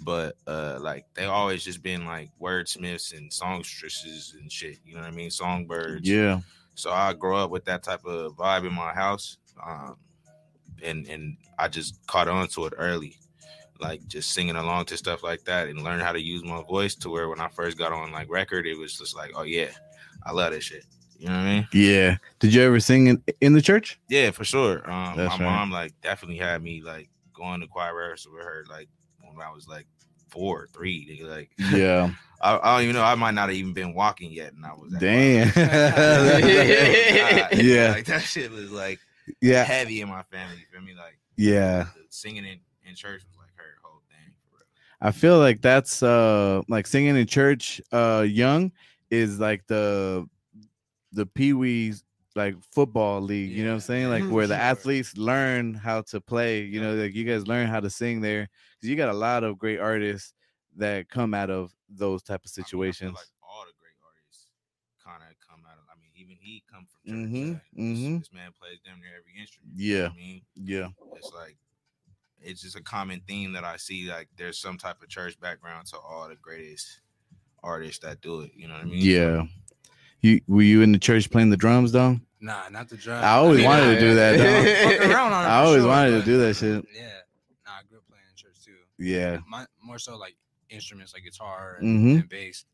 [SPEAKER 2] But uh like they always just been like wordsmiths and songstresses and shit. You know what I mean? Songbirds.
[SPEAKER 3] Yeah.
[SPEAKER 2] So I grew up with that type of vibe in my house. Um and and I just caught on to it early. Like just singing along to stuff like that and learn how to use my voice to where when I first got on like record, it was just like, oh yeah, I love this shit. You know what I mean?
[SPEAKER 3] Yeah. Did you ever sing in, in the church?
[SPEAKER 2] Yeah, for sure. Um, my
[SPEAKER 3] That's right.
[SPEAKER 2] mom like definitely had me like going to choir rehearsal with her like when I was like four, three. nigga, Like
[SPEAKER 3] Yeah.
[SPEAKER 2] I, I don't even know. I might not have even been walking yet, and I was at
[SPEAKER 3] Damn.
[SPEAKER 2] choir. God,
[SPEAKER 3] Yeah.
[SPEAKER 2] like that shit was like
[SPEAKER 3] yeah.
[SPEAKER 2] heavy in my family. You feel me? Like
[SPEAKER 3] Yeah.
[SPEAKER 2] the singing in, in church was like her whole thing. For real.
[SPEAKER 3] I feel like that's uh like singing in church uh young is like the the pee wees like football league, you know what I'm saying? Like where the
[SPEAKER 2] Sure.
[SPEAKER 3] athletes learn how to play, you know, like you guys learn how to sing there. 'Cause you got a lot of great artists that come out of those type of
[SPEAKER 2] I mean, I feel
[SPEAKER 3] situations.
[SPEAKER 2] like all the great artists kind of come out of. I mean, even he come from church.
[SPEAKER 3] Mhm,
[SPEAKER 2] like, this-
[SPEAKER 3] mhm.
[SPEAKER 2] This, man plays damn near every instrument. you know
[SPEAKER 3] Yeah.
[SPEAKER 2] what I mean?
[SPEAKER 3] yeah.
[SPEAKER 2] it's like it's just a common theme that I see. Like there's some type of church background to all the greatest artists that do it. You know what I mean?
[SPEAKER 3] Yeah. You were you in the church playing the drums though?
[SPEAKER 4] Nah, not the drug.
[SPEAKER 3] I always wanted to do that,
[SPEAKER 4] Fuck around on it
[SPEAKER 3] I
[SPEAKER 4] for
[SPEAKER 3] always
[SPEAKER 4] sure,
[SPEAKER 3] wanted to
[SPEAKER 4] but-
[SPEAKER 3] do that shit.
[SPEAKER 4] Yeah. Nah, I grew up playing in church too.
[SPEAKER 3] Yeah.
[SPEAKER 4] My, more so like instruments like guitar and,
[SPEAKER 3] Mhm.
[SPEAKER 4] and bass.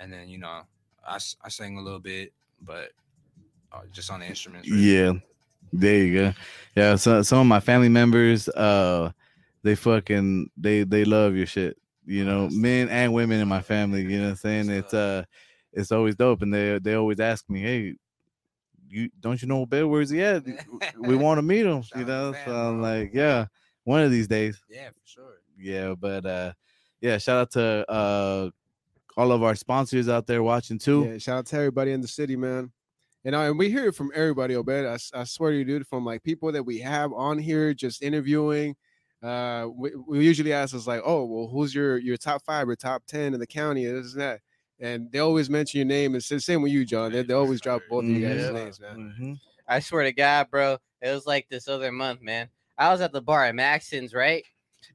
[SPEAKER 4] And then, you know, I, s- I sang a little bit, but uh, just on the instruments. really.
[SPEAKER 3] Yeah. There you go. Yeah, so some of my family members uh they fucking they they love your shit. You know,
[SPEAKER 4] that's-
[SPEAKER 3] men and women in my family, you know what I'm saying? It's
[SPEAKER 4] That's dope.
[SPEAKER 3] uh it's always dope and they they always ask me, "Hey, you don't you know Bed where's he at? We want to meet him,"
[SPEAKER 4] Shout
[SPEAKER 3] you
[SPEAKER 4] out to
[SPEAKER 3] know?
[SPEAKER 4] fam,
[SPEAKER 3] So I'm
[SPEAKER 4] bro.
[SPEAKER 3] like, yeah, one of these days.
[SPEAKER 4] Yeah, for sure.
[SPEAKER 3] Yeah, but uh yeah, shout out to uh all of our sponsors out there watching too.
[SPEAKER 1] Yeah, shout out to everybody in the city, man. And, I, and we hear it from everybody, Obed. I, s- I swear to you, dude, from like people that we have on here just interviewing. Uh, we, we usually ask us like, oh, well, who's your your top five or top ten in the county? and This and that, and they always mention your name. And sa- same with you, John. They, they always drop both of you guys'
[SPEAKER 3] Yeah.
[SPEAKER 1] names, man.
[SPEAKER 3] Mhm.
[SPEAKER 5] I swear to God, bro, it was like this other month, man. I was at the bar at Maxon's, right?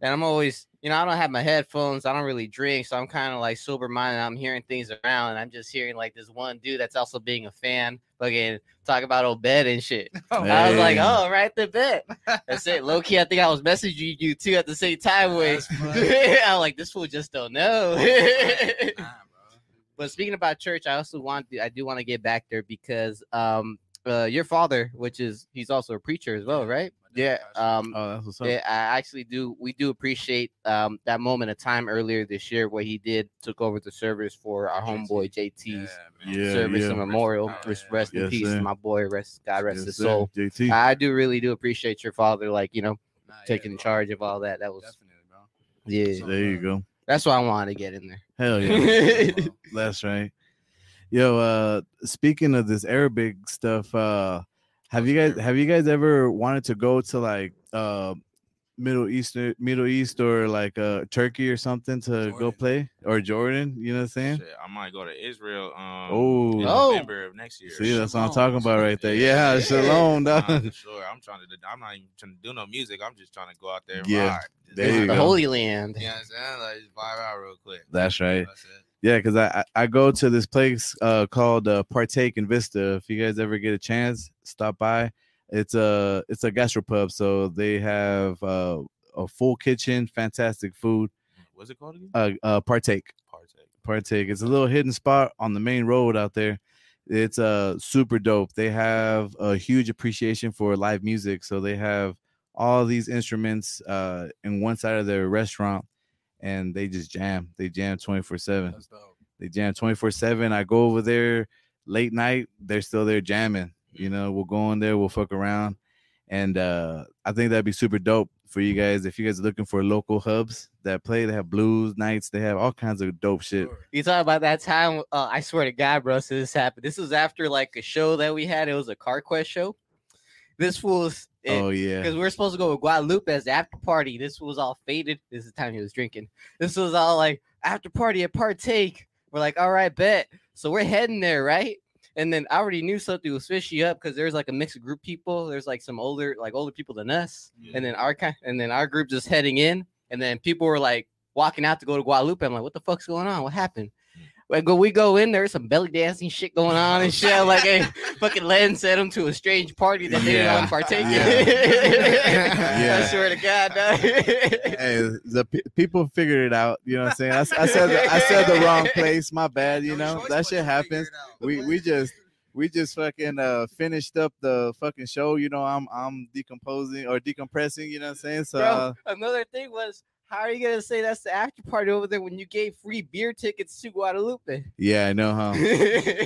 [SPEAKER 5] And I'm always, you know, I don't have my headphones. I don't really drink, so I'm kind of like sober minded. I'm hearing things around, and I'm just hearing like this one dude that's also being a fan, fucking talk about Obed and shit. I was like,
[SPEAKER 3] Hey.
[SPEAKER 5] oh, right, the bet. That's it. Low key, I think I was messaging you too at the same time. Wait,
[SPEAKER 4] That's funny.
[SPEAKER 5] I'm like, this fool just don't know.
[SPEAKER 4] Nah, bro.
[SPEAKER 5] But speaking about church, I also want to, I do want to get back there because um uh, your father, which is he's also a preacher as well, right? Yeah. Um,
[SPEAKER 3] Oh, that's what's up.
[SPEAKER 5] yeah, I actually do. We do appreciate um, that moment of time earlier this year where he did took over the service for our homeboy JT's
[SPEAKER 3] Yeah,
[SPEAKER 5] service
[SPEAKER 3] yeah.
[SPEAKER 5] and memorial. Rest, rest in
[SPEAKER 3] Yes,
[SPEAKER 5] peace,
[SPEAKER 3] sir.
[SPEAKER 5] my boy. Rest God rest
[SPEAKER 3] Yes,
[SPEAKER 5] his
[SPEAKER 3] sir.
[SPEAKER 5] soul.
[SPEAKER 3] JT.
[SPEAKER 5] I do really do appreciate your father, like you know, taking charge of all that. That was
[SPEAKER 4] Definitely, bro.
[SPEAKER 5] yeah.
[SPEAKER 3] there you go.
[SPEAKER 5] That's why I wanted to get in there.
[SPEAKER 3] Hell yeah. That's right. Yo, uh speaking of this Arabic stuff, uh have you guys have you guys ever wanted to go to like uh Middle East Middle East or like uh Turkey or something to go
[SPEAKER 4] Jordan.
[SPEAKER 3] play or Jordan, you know what I'm saying?
[SPEAKER 2] Shit, I might go to Israel. Um,
[SPEAKER 3] Oh.
[SPEAKER 2] in
[SPEAKER 5] Oh.
[SPEAKER 2] November of next year.
[SPEAKER 3] See, that's what I'm
[SPEAKER 4] Shalom.
[SPEAKER 3] talking about right there. Yeah,
[SPEAKER 5] Yeah.
[SPEAKER 3] Shalom.
[SPEAKER 2] Nah,
[SPEAKER 3] dog.
[SPEAKER 2] for sure. I'm trying to. I'm not even trying to do no music. I'm just trying to go out there. And
[SPEAKER 3] Yeah,
[SPEAKER 2] ride. Just
[SPEAKER 3] there
[SPEAKER 5] This
[SPEAKER 3] you
[SPEAKER 5] is the
[SPEAKER 3] go.
[SPEAKER 5] Holy Land.
[SPEAKER 2] You know what I'm saying? Like, just vibe out real quick.
[SPEAKER 3] That's right.
[SPEAKER 2] That's it.
[SPEAKER 3] Yeah, because I I I go to this place uh called uh, Partake in Vista. If you guys ever get a chance, stop by. It's a it's a gastropub, so they have uh, a full kitchen, fantastic food.
[SPEAKER 2] What's it called again?
[SPEAKER 3] Uh, uh, Partake,
[SPEAKER 2] Partake.
[SPEAKER 3] Partake. It's a little hidden spot on the main road out there. It's uh super dope. They have a huge appreciation for live music, so they have all these instruments uh in one side of their restaurant, and they just jam. They jam twenty four seven
[SPEAKER 4] That's dope.
[SPEAKER 3] they jam 24 7 i go over there late night they're still there jamming you know we'll go in there we'll fuck around and uh i think that'd be super dope for you guys if you guys are looking for local hubs that play they have blues nights they have all kinds of dope shit
[SPEAKER 4] Sure.
[SPEAKER 5] You talk about that time. Uh, I swear to God, bro, so this happened. This was after like a show that we had. It was a car quest show. This was
[SPEAKER 3] oh yeah
[SPEAKER 5] because we were supposed to go with Guadalupe as the after party. This was all faded. This is the time he was drinking. This was all like after party at partake. We're like, all right, bet. So we're heading there, right? And then I already knew something was fishy up because there's like a mixed group people. There's like some older, like older people than us, and then our ki- and then our group just heading in, and then people were like walking out to go to Guadalupe. I'm like, what the fuck's going on? What happened? Like, go we go in there, some belly dancing shit going on and shit. Like, hey, fucking Len sent him to a strange party that they didn't
[SPEAKER 3] Yeah.
[SPEAKER 5] want to partake in.
[SPEAKER 3] Yeah.
[SPEAKER 5] I swear to God. dog.
[SPEAKER 3] Hey, the pe- people figured it out you know what i'm saying i, s- I said the, i said the wrong place my bad you
[SPEAKER 4] No
[SPEAKER 3] know that
[SPEAKER 4] choice but to
[SPEAKER 3] shit
[SPEAKER 4] figure
[SPEAKER 3] happens
[SPEAKER 4] it out.
[SPEAKER 3] we we just we just fucking uh finished up the fucking show you know i'm i'm decomposing or decompressing you know what i'm saying so uh,
[SPEAKER 5] Bro, another thing was, how are you gonna say that's the after party over there when you gave free beer tickets to Guadalupe?
[SPEAKER 3] yeah i know huh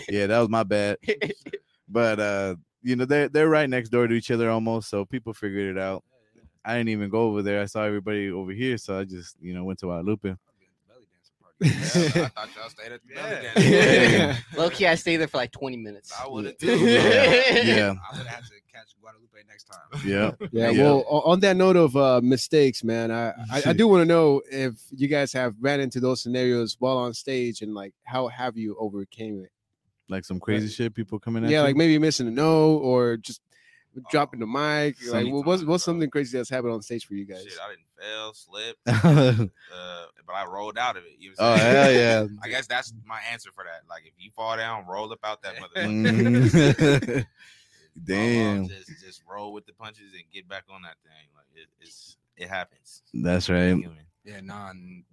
[SPEAKER 3] yeah that was my bad but uh you know they're they're right next door to each other almost so people figured it out i didn't even go over there i saw everybody over here so i just you know went to guadalupe
[SPEAKER 4] I'll be at the belly dancer party. Yeah, I thought y'all stayed at the belly
[SPEAKER 2] Yeah.
[SPEAKER 4] dancer.
[SPEAKER 3] Yeah.
[SPEAKER 5] Low key, I stayed there for like 20 minutes.
[SPEAKER 2] I would have
[SPEAKER 5] Yeah.
[SPEAKER 2] too.
[SPEAKER 3] Yeah.
[SPEAKER 4] I would have to catch Guadalupe next time.
[SPEAKER 3] yeah
[SPEAKER 1] Yeah,
[SPEAKER 3] Yeah.
[SPEAKER 1] well, o- on that note of uh, mistakes, man, I, I, I do want to know if you guys have ran into those scenarios while on stage and like how have you overcame it?
[SPEAKER 3] like some crazy shit people coming at
[SPEAKER 1] yeah,
[SPEAKER 3] you.
[SPEAKER 1] like maybe missing a note or just dropping the mic. Like,
[SPEAKER 2] Sometimes,
[SPEAKER 1] what- what's what's
[SPEAKER 2] bro.
[SPEAKER 1] something crazy that's happened on stage for you guys?
[SPEAKER 2] Shit, I didn't fail, slip,
[SPEAKER 3] oh
[SPEAKER 2] uh, but I rolled out of it. You know what I'm saying?
[SPEAKER 3] hell yeah
[SPEAKER 2] I guess that's my answer for that. Like, if you fall down, roll up out that motherfucker.
[SPEAKER 3] Mhm. Mm-hmm. Damn.
[SPEAKER 2] Just, just roll with the punches and get back on that thing. Like, it, it's it happens.
[SPEAKER 3] that's right
[SPEAKER 2] Human.
[SPEAKER 4] Yeah, nah. And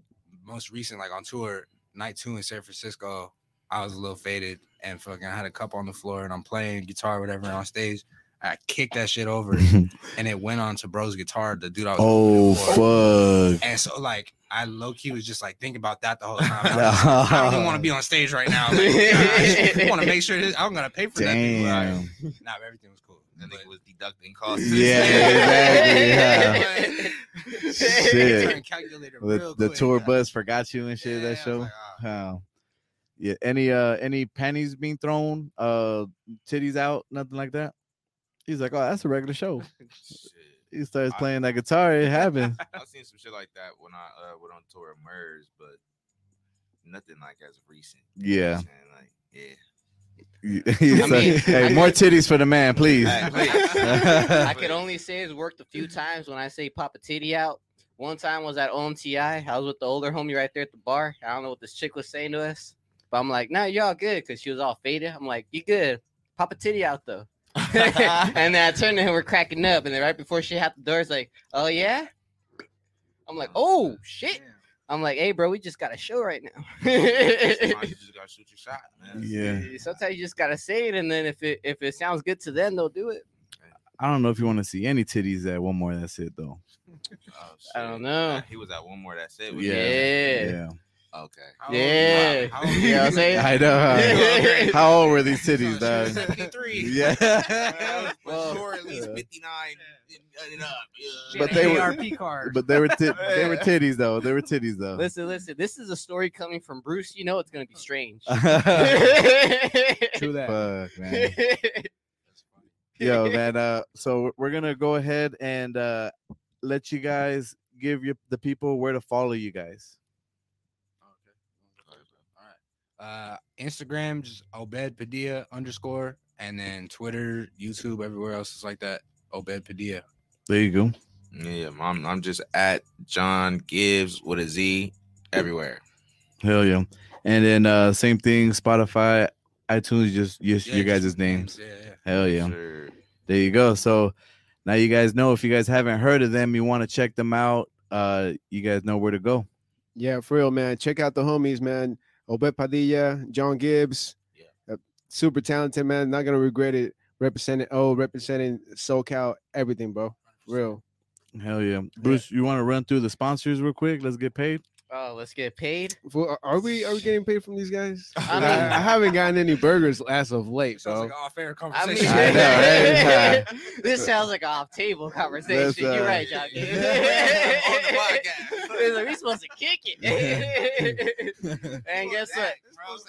[SPEAKER 4] most recent, like on tour, night two in San Francisco, I was a little faded and fucking I had a cup on the floor and I'm playing guitar, or whatever, on stage. I kicked that shit over and it went on to bro's guitar, the dude I was
[SPEAKER 3] oh
[SPEAKER 4] opening for.
[SPEAKER 3] fuck
[SPEAKER 4] And so like I low key was just like thinking about that the whole time. I, was like, I don't even want to be on stage right now. Like, I just want to make sure this, I'm gonna pay for nothing. Like,
[SPEAKER 3] damn
[SPEAKER 4] nah, everything was cool.
[SPEAKER 2] That
[SPEAKER 4] But
[SPEAKER 2] nigga was deducting costs.
[SPEAKER 3] Yeah, exactly, Shit.
[SPEAKER 4] Turn calculator
[SPEAKER 3] the,
[SPEAKER 4] real
[SPEAKER 3] the
[SPEAKER 4] quick.
[SPEAKER 3] tour bus forgot you and shit that
[SPEAKER 4] Yeah, I was
[SPEAKER 3] show
[SPEAKER 4] like, ah.
[SPEAKER 3] Wow. Yeah. Any uh any panties being thrown, uh titties out, nothing like that. He's like, Oh, that's a regular show.
[SPEAKER 2] Shit.
[SPEAKER 3] He starts
[SPEAKER 2] I-
[SPEAKER 3] playing that guitar, it happened.
[SPEAKER 2] I've seen some shit like that when I uh, went on tour at MERS, but nothing like as recent. You know
[SPEAKER 3] Yeah.
[SPEAKER 2] what I'm saying? Like, yeah.
[SPEAKER 3] He's like,
[SPEAKER 5] mean,
[SPEAKER 3] hey,
[SPEAKER 5] I
[SPEAKER 3] more
[SPEAKER 5] could-
[SPEAKER 3] titties for the man, please.
[SPEAKER 2] Hey,
[SPEAKER 5] I
[SPEAKER 2] please.
[SPEAKER 5] could only say it's worked a few times when I say pop a titty out. One time was at OMTI. I was with the older homie right there at the bar. I don't know what this chick was saying to us, but I'm like, nah, y'all good because she was all faded. I'm like, you good. Pop a titty out though. and then I turned to him, we're cracking up. And then right before she had the door, it's like, oh yeah? I'm like, oh shit. I'm like, hey, bro, we just got a show right now.
[SPEAKER 2] Sometimes you just gotta shoot your shot, man.
[SPEAKER 3] Yeah.
[SPEAKER 5] Sometimes you just gotta say it, and then if it if it sounds good to them, they'll do it.
[SPEAKER 3] I don't know if you want to see any titties at one more. That's it though.
[SPEAKER 2] Oh,
[SPEAKER 5] I don't
[SPEAKER 2] shit.
[SPEAKER 5] know.
[SPEAKER 2] He was at one more. That's it.
[SPEAKER 3] Yeah.
[SPEAKER 5] Yeah.
[SPEAKER 3] Yeah.
[SPEAKER 2] Okay.
[SPEAKER 5] Yeah. Yeah.
[SPEAKER 2] How old-
[SPEAKER 5] You know what I'm saying?
[SPEAKER 3] I know.
[SPEAKER 5] Yeah.
[SPEAKER 3] How, how old were these titties, dog?
[SPEAKER 2] 73.
[SPEAKER 3] Yeah.
[SPEAKER 5] Well,
[SPEAKER 2] Well, sure, at least
[SPEAKER 3] yeah.
[SPEAKER 2] 59 and- and up. Yeah.
[SPEAKER 3] But they were-
[SPEAKER 6] ARP card.
[SPEAKER 3] But they were tit they were titties though. They were titties though.
[SPEAKER 5] Listen, listen. This is a story coming from Bruce. You know it's gonna be strange.
[SPEAKER 6] True that.
[SPEAKER 3] Fuck, man. Yo, man. Uh, so we're gonna go ahead and uh, let you guys give your, the people where to follow you guys.
[SPEAKER 4] Okay. All right. Uh, Instagram, just Obed Padilla underscore, and then Twitter, YouTube, everywhere else is like that. Obed Padilla.
[SPEAKER 3] There you go.
[SPEAKER 2] Yeah, I'm, I'm just at John Gibbs with a Z everywhere.
[SPEAKER 3] Hell yeah. And then uh, same thing. Spotify, iTunes. Just just
[SPEAKER 4] Yeah,
[SPEAKER 3] your
[SPEAKER 4] just
[SPEAKER 3] guys' names.
[SPEAKER 4] Yeah, yeah.
[SPEAKER 3] Hell yeah.
[SPEAKER 2] Sure.
[SPEAKER 3] There you go. So now you guys know if you guys haven't heard of them, you want to check them out. Uh, you guys know where to go.
[SPEAKER 1] Yeah, for real, man. Check out the homies, man. Obed Padilla, John Gibbs. Yeah. super talented, man. Not gonna regret it. Representing oh, representing SoCal, everything, bro. Real.
[SPEAKER 3] Hell yeah, Bruce. You want to run through the sponsors real quick? Let's get paid.
[SPEAKER 5] oh, let's get paid.
[SPEAKER 1] For- Are we are we getting paid from these guys?
[SPEAKER 5] I
[SPEAKER 1] I,
[SPEAKER 5] mean-
[SPEAKER 1] I haven't gotten any burgers as of late,
[SPEAKER 4] Sounds
[SPEAKER 1] bro.
[SPEAKER 4] like an off-air
[SPEAKER 5] I mean,
[SPEAKER 4] conversation.
[SPEAKER 3] I know,
[SPEAKER 5] this sounds like an off-table conversation.
[SPEAKER 3] That's, uh,
[SPEAKER 5] You're right, John.
[SPEAKER 4] Yeah.
[SPEAKER 2] On the podcast.
[SPEAKER 5] It's like, we supposed to kick it. and guess what?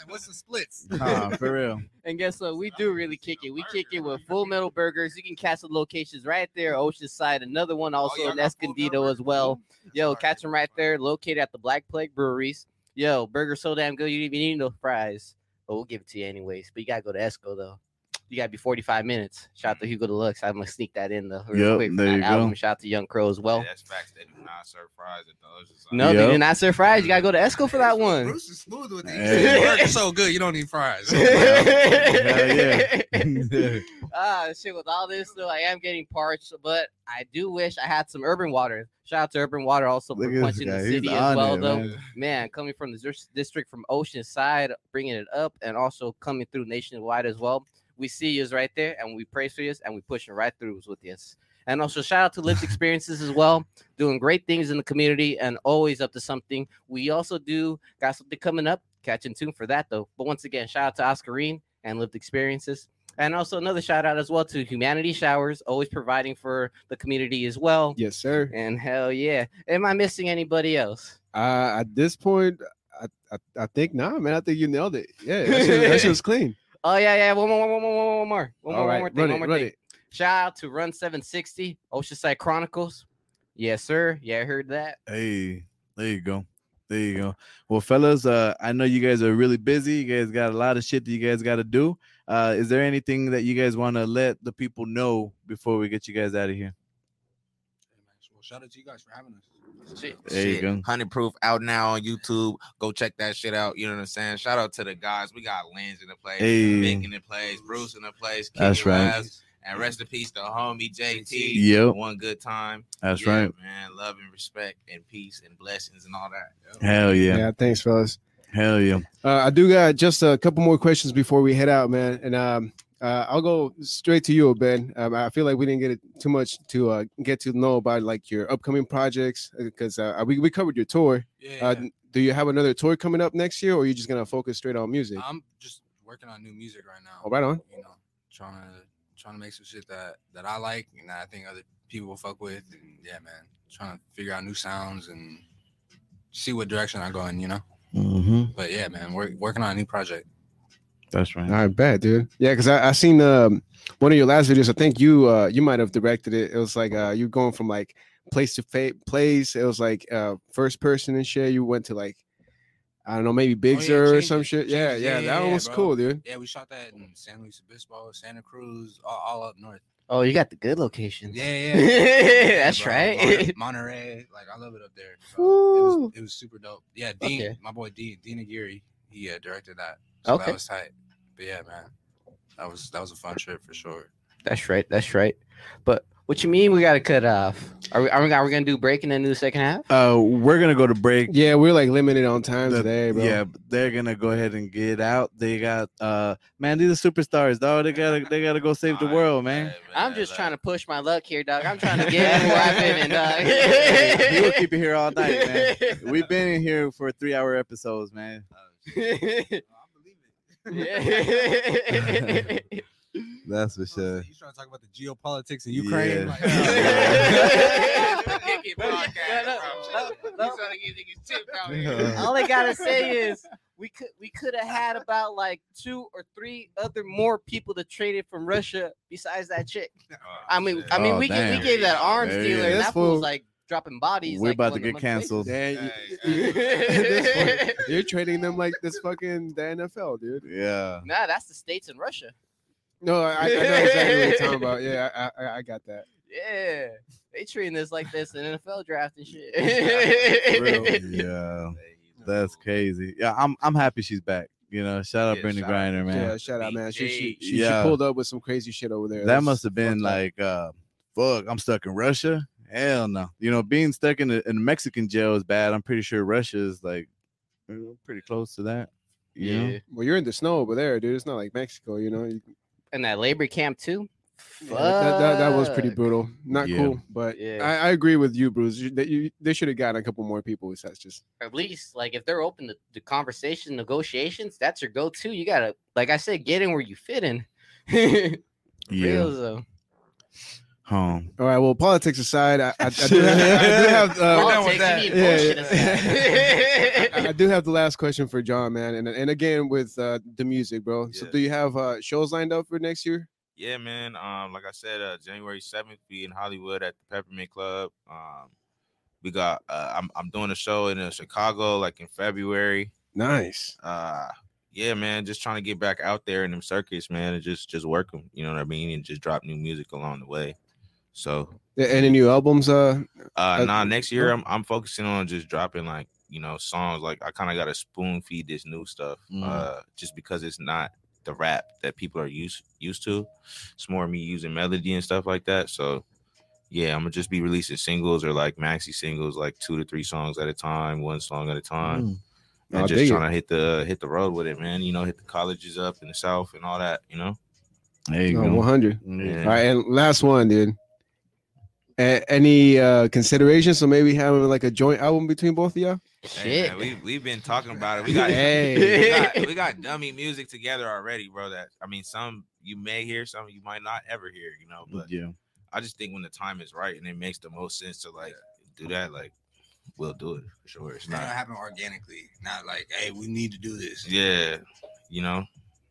[SPEAKER 4] What's the splits?
[SPEAKER 3] Nah, for real.
[SPEAKER 5] And guess what? We do really kick it. We kick it with Full Metal Burgers. You can catch the locations right there, Oceanside. Another one also
[SPEAKER 2] y'all
[SPEAKER 5] in
[SPEAKER 2] Oh, got Full Metal
[SPEAKER 5] Escondido
[SPEAKER 2] Burgers?
[SPEAKER 5] as well. Yo,
[SPEAKER 2] Sorry.
[SPEAKER 5] catch them right there, located at the Black Plague Breweries. Yo, burger so damn good you didn't even need no fries, but we'll give it to you anyways. But you gotta go to Esco though. You gotta be 45 minutes. Shout out to Hugo Deluxe. I'm gonna sneak that in though.
[SPEAKER 3] Yup, there
[SPEAKER 5] for that
[SPEAKER 3] you go.
[SPEAKER 5] album. Shout out to Young Crow as well.
[SPEAKER 2] Yeah, that's facts. They do not serve fries at the Oceanside.
[SPEAKER 5] No,
[SPEAKER 3] Yup.
[SPEAKER 5] they did not serve fries. You gotta go to Esco for that one.
[SPEAKER 4] Bruce is smooth with
[SPEAKER 3] Hey.
[SPEAKER 4] it. Work so good, you don't need fries.
[SPEAKER 3] Hell yeah.
[SPEAKER 5] ah, shit. With all this though, I am getting parched, but I do wish I had some urban water. Shout out to Urban Water also
[SPEAKER 3] Look
[SPEAKER 5] for
[SPEAKER 3] at this
[SPEAKER 5] punching the
[SPEAKER 3] guy. He's
[SPEAKER 5] city as
[SPEAKER 3] on
[SPEAKER 5] well
[SPEAKER 3] it,
[SPEAKER 5] though.
[SPEAKER 3] man.
[SPEAKER 5] man, coming from the dis- district from Oceanside, bringing it up, and also coming through nationwide as well. We see you right there, and we praise for you, and we pushing right through with you. And also shout out to Lived Experiences as well, doing great things in the community and always up to something. We also do got something coming up. Catch in tune for that though. But once again, shout out to Oscarine and Lived Experiences. And also another shout out as well to Humanity Showers, always providing for the community as well.
[SPEAKER 1] Yes, sir.
[SPEAKER 5] And hell yeah. Am I missing anybody else?
[SPEAKER 1] Uh, at this point, I, I I think nah, man. I think you nailed it. Yeah, that shit, that shit was clean.
[SPEAKER 5] Oh yeah, yeah. One more, one more, one more, one more, one more,
[SPEAKER 1] All
[SPEAKER 5] one
[SPEAKER 1] right,
[SPEAKER 5] more thing,
[SPEAKER 1] run
[SPEAKER 5] one
[SPEAKER 1] it,
[SPEAKER 5] more
[SPEAKER 1] run
[SPEAKER 5] thing.
[SPEAKER 1] it.
[SPEAKER 5] Shout out to Run Seven Sixty, Oceanside Chronicles. Yes, sir. Yeah, I heard that.
[SPEAKER 3] Hey, there you go. There you go. Well, fellas, uh, I know you guys are really busy. You guys got a lot of shit that you guys got to do. Uh, is there anything that you guys want to let the people know before we get you guys out of here?
[SPEAKER 4] Well, shout out to you guys for having us.
[SPEAKER 5] Shit.
[SPEAKER 3] There you go.
[SPEAKER 2] Hundred proof out now on YouTube. Go check that shit out. You know what I'm saying? Shout out to the guys. We got Lens in the place,
[SPEAKER 3] Hey.
[SPEAKER 2] Vic in the place, Bruce in the place. King
[SPEAKER 3] That's right.
[SPEAKER 2] Labs, and rest in peace, the homie JT.
[SPEAKER 3] Yep.
[SPEAKER 2] One good time.
[SPEAKER 3] That's
[SPEAKER 2] Yeah,
[SPEAKER 3] right.
[SPEAKER 2] man. Love and respect and peace and blessings and all that.
[SPEAKER 3] Hell yeah.
[SPEAKER 1] Yeah, thanks, fellas.
[SPEAKER 3] Hell yeah.
[SPEAKER 1] Uh, I do got just a couple more questions before we head out, man. And um, uh, I'll go straight to you, Ben. Um, I feel like we didn't get it too much to uh, get to know about like your upcoming projects because uh, we, we covered your tour.
[SPEAKER 4] Yeah,
[SPEAKER 1] Uh, do you have another tour coming up next year, or are you just gonna focus straight on music?
[SPEAKER 4] I'm just working on new music right now.
[SPEAKER 1] Oh, right on.
[SPEAKER 4] You know, trying to trying to make some shit that that I like and that I think other people will fuck with. And yeah, man, trying to figure out new sounds and see what direction I go in. You know,
[SPEAKER 3] Mm-hmm.
[SPEAKER 4] but yeah, man, we're working on a new project.
[SPEAKER 3] That's right.
[SPEAKER 1] I bet, dude. Yeah, because I, I seen um one of your last videos. I think you uh you might have directed it. It was like uh you going from like place to fa- place. It was like uh first person and shit. You went to like I don't know,
[SPEAKER 3] Oh,
[SPEAKER 1] maybe Big
[SPEAKER 4] yeah,
[SPEAKER 1] Sur or
[SPEAKER 4] changes,
[SPEAKER 1] some shit. Yeah,
[SPEAKER 4] changes.
[SPEAKER 1] yeah,
[SPEAKER 4] Yeah,
[SPEAKER 1] that
[SPEAKER 4] yeah,
[SPEAKER 1] one
[SPEAKER 4] yeah,
[SPEAKER 1] was
[SPEAKER 4] bro.
[SPEAKER 1] cool, dude.
[SPEAKER 4] Yeah, we shot that in San Luis Obispo, Santa Cruz, all, all up north.
[SPEAKER 5] Oh, you got the good locations.
[SPEAKER 4] Yeah, yeah.
[SPEAKER 5] That's
[SPEAKER 4] bro.
[SPEAKER 5] right.
[SPEAKER 4] Mon- Monterey, like I love it up there. So it,
[SPEAKER 5] Woo.
[SPEAKER 4] was, it was super dope. Yeah, Dean,
[SPEAKER 5] Okay.
[SPEAKER 4] my boy Dean, Dean Aguirre, he uh, directed that. So
[SPEAKER 5] Okay.
[SPEAKER 4] that was tight. But yeah, man, that was that was a fun trip for sure.
[SPEAKER 5] That's right. That's right. But What you mean we got to cut off? Are we, are we, are we going to do break and then do the second half?
[SPEAKER 3] Uh, we're gonna go to break.
[SPEAKER 1] Yeah, we're like limited on time
[SPEAKER 3] The-
[SPEAKER 1] today, bro.
[SPEAKER 3] Yeah, but they're gonna go ahead and get out. They got uh man, these are superstars, dog. They gotta they gotta go save the
[SPEAKER 2] Alright,
[SPEAKER 3] world, man.
[SPEAKER 5] I'm just trying to push my luck here, dog. I'm trying to get in where I've been and
[SPEAKER 3] Hey, we will
[SPEAKER 5] dog.
[SPEAKER 3] keep it here all night, man. We've been in here for three hour episodes, man. That's for
[SPEAKER 4] So You trying to talk about the geopolitics in Ukraine?
[SPEAKER 3] Yeah.
[SPEAKER 4] Like, uh,
[SPEAKER 5] All I gotta say is we could we could have had about like two or three other more people that traded from Russia besides that chick. I mean, I mean,
[SPEAKER 3] Oh,
[SPEAKER 5] we gave,
[SPEAKER 3] damn.
[SPEAKER 5] we gave that arms
[SPEAKER 3] There he
[SPEAKER 5] dealer,
[SPEAKER 1] is.
[SPEAKER 5] and
[SPEAKER 1] This
[SPEAKER 5] that fool's
[SPEAKER 1] fool-
[SPEAKER 5] like dropping bodies.
[SPEAKER 3] We're
[SPEAKER 5] like,
[SPEAKER 3] about to
[SPEAKER 5] going
[SPEAKER 3] get
[SPEAKER 5] months later.
[SPEAKER 3] canceled.
[SPEAKER 1] Damn, you-
[SPEAKER 5] Hey.
[SPEAKER 1] you- you're trading them like this fucking the NFL, dude.
[SPEAKER 3] Yeah.
[SPEAKER 5] Nah, that's the states and Russia.
[SPEAKER 1] No, I, I know exactly what you're talking about. Yeah, I, I, I got that.
[SPEAKER 5] Yeah, they treating this like this in NFL draft and shit.
[SPEAKER 3] Yeah. That's crazy. Yeah, I'm I'm happy she's back. You know, shout out
[SPEAKER 2] Yeah,
[SPEAKER 3] Brittany
[SPEAKER 2] shout out.
[SPEAKER 3] Griner, man.
[SPEAKER 1] Yeah, shout out, man. She, she, she,
[SPEAKER 3] Yeah.
[SPEAKER 1] she pulled up with some crazy shit over there.
[SPEAKER 3] that
[SPEAKER 1] That's
[SPEAKER 3] must have been
[SPEAKER 1] fucked up.
[SPEAKER 3] like uh fuck i'm stuck in russia hell no you know being stuck in a, in a mexican jail is bad i'm pretty sure russia is like you know, pretty close to that you know?
[SPEAKER 5] yeah,
[SPEAKER 1] Well, you're in the snow over there, dude. It's not like Mexico, you know. You-
[SPEAKER 5] and that labor camp too.
[SPEAKER 1] yeah, that, that, that was pretty
[SPEAKER 5] Fuck.
[SPEAKER 1] brutal. Not
[SPEAKER 3] Yeah.
[SPEAKER 1] cool, but
[SPEAKER 5] Yeah.
[SPEAKER 1] I, I agree with you, Bruce. You, that you they should have gotten a couple more people besides just
[SPEAKER 5] at least like if they're open to, to conversation negotiations that's your go-to you gotta like i said get in where you fit in Real, though.
[SPEAKER 3] home
[SPEAKER 1] all right. Well, politics aside, I, I, I do have, I do have uh,
[SPEAKER 5] Politics,
[SPEAKER 4] done with
[SPEAKER 5] you
[SPEAKER 4] that.
[SPEAKER 5] need
[SPEAKER 1] Yeah,
[SPEAKER 5] bullshit
[SPEAKER 1] yeah.
[SPEAKER 5] aside.
[SPEAKER 1] I I do have the last question for John, man, and and again with uh, the music, bro. So,
[SPEAKER 2] Yeah.
[SPEAKER 1] do you have uh, shows lined up for next year?
[SPEAKER 2] Yeah, man. Um, like I said, uh, January seventh, be in Hollywood at the Peppermint Club. Um, we got. Uh, I'm I'm doing a show in uh, Chicago, like in February.
[SPEAKER 1] Nice.
[SPEAKER 2] Uh, yeah, man. Just trying to get back out there in them circuits, man, and just just work 'em, You know what I mean? And just drop new music along the way. So
[SPEAKER 1] Any new albums? Uh,
[SPEAKER 2] Uh,
[SPEAKER 1] Uh,
[SPEAKER 2] nah, next year
[SPEAKER 1] no?
[SPEAKER 2] I'm I'm focusing on just dropping like you know songs. Like I kind of got to spoon feed this new stuff,
[SPEAKER 1] Mm.
[SPEAKER 3] Mhm.
[SPEAKER 2] uh, just because it's not the rap that people are used used to. It's more me using melody and stuff like that. So yeah, I'm gonna just be releasing singles or like maxi singles, like two to three songs at a time, one song at a time,
[SPEAKER 1] Mm. I
[SPEAKER 2] and just
[SPEAKER 1] dig it.
[SPEAKER 2] trying to hit the hit the road with it, man. You know, hit the colleges up in the south and all that. You know,
[SPEAKER 3] there you
[SPEAKER 1] no,
[SPEAKER 3] go
[SPEAKER 1] one hundred.
[SPEAKER 3] Yeah.
[SPEAKER 1] All right, and last one, dude. A- any uh considerations? So maybe having like a joint album between both of y'all.
[SPEAKER 2] Hey,
[SPEAKER 5] shit
[SPEAKER 2] man, we we've been talking about it. We got
[SPEAKER 1] Hey.
[SPEAKER 2] we got, we got dummy music together already, bro. That I mean, some you may hear, some you might not ever hear. You know, but
[SPEAKER 3] yeah
[SPEAKER 2] I just think when the time is right and it makes the most sense to like do that, like we'll do it for sure. It's
[SPEAKER 4] It's gonna
[SPEAKER 2] not,
[SPEAKER 4] happen organically, not like, hey, we need to do this.
[SPEAKER 2] yeah, you know,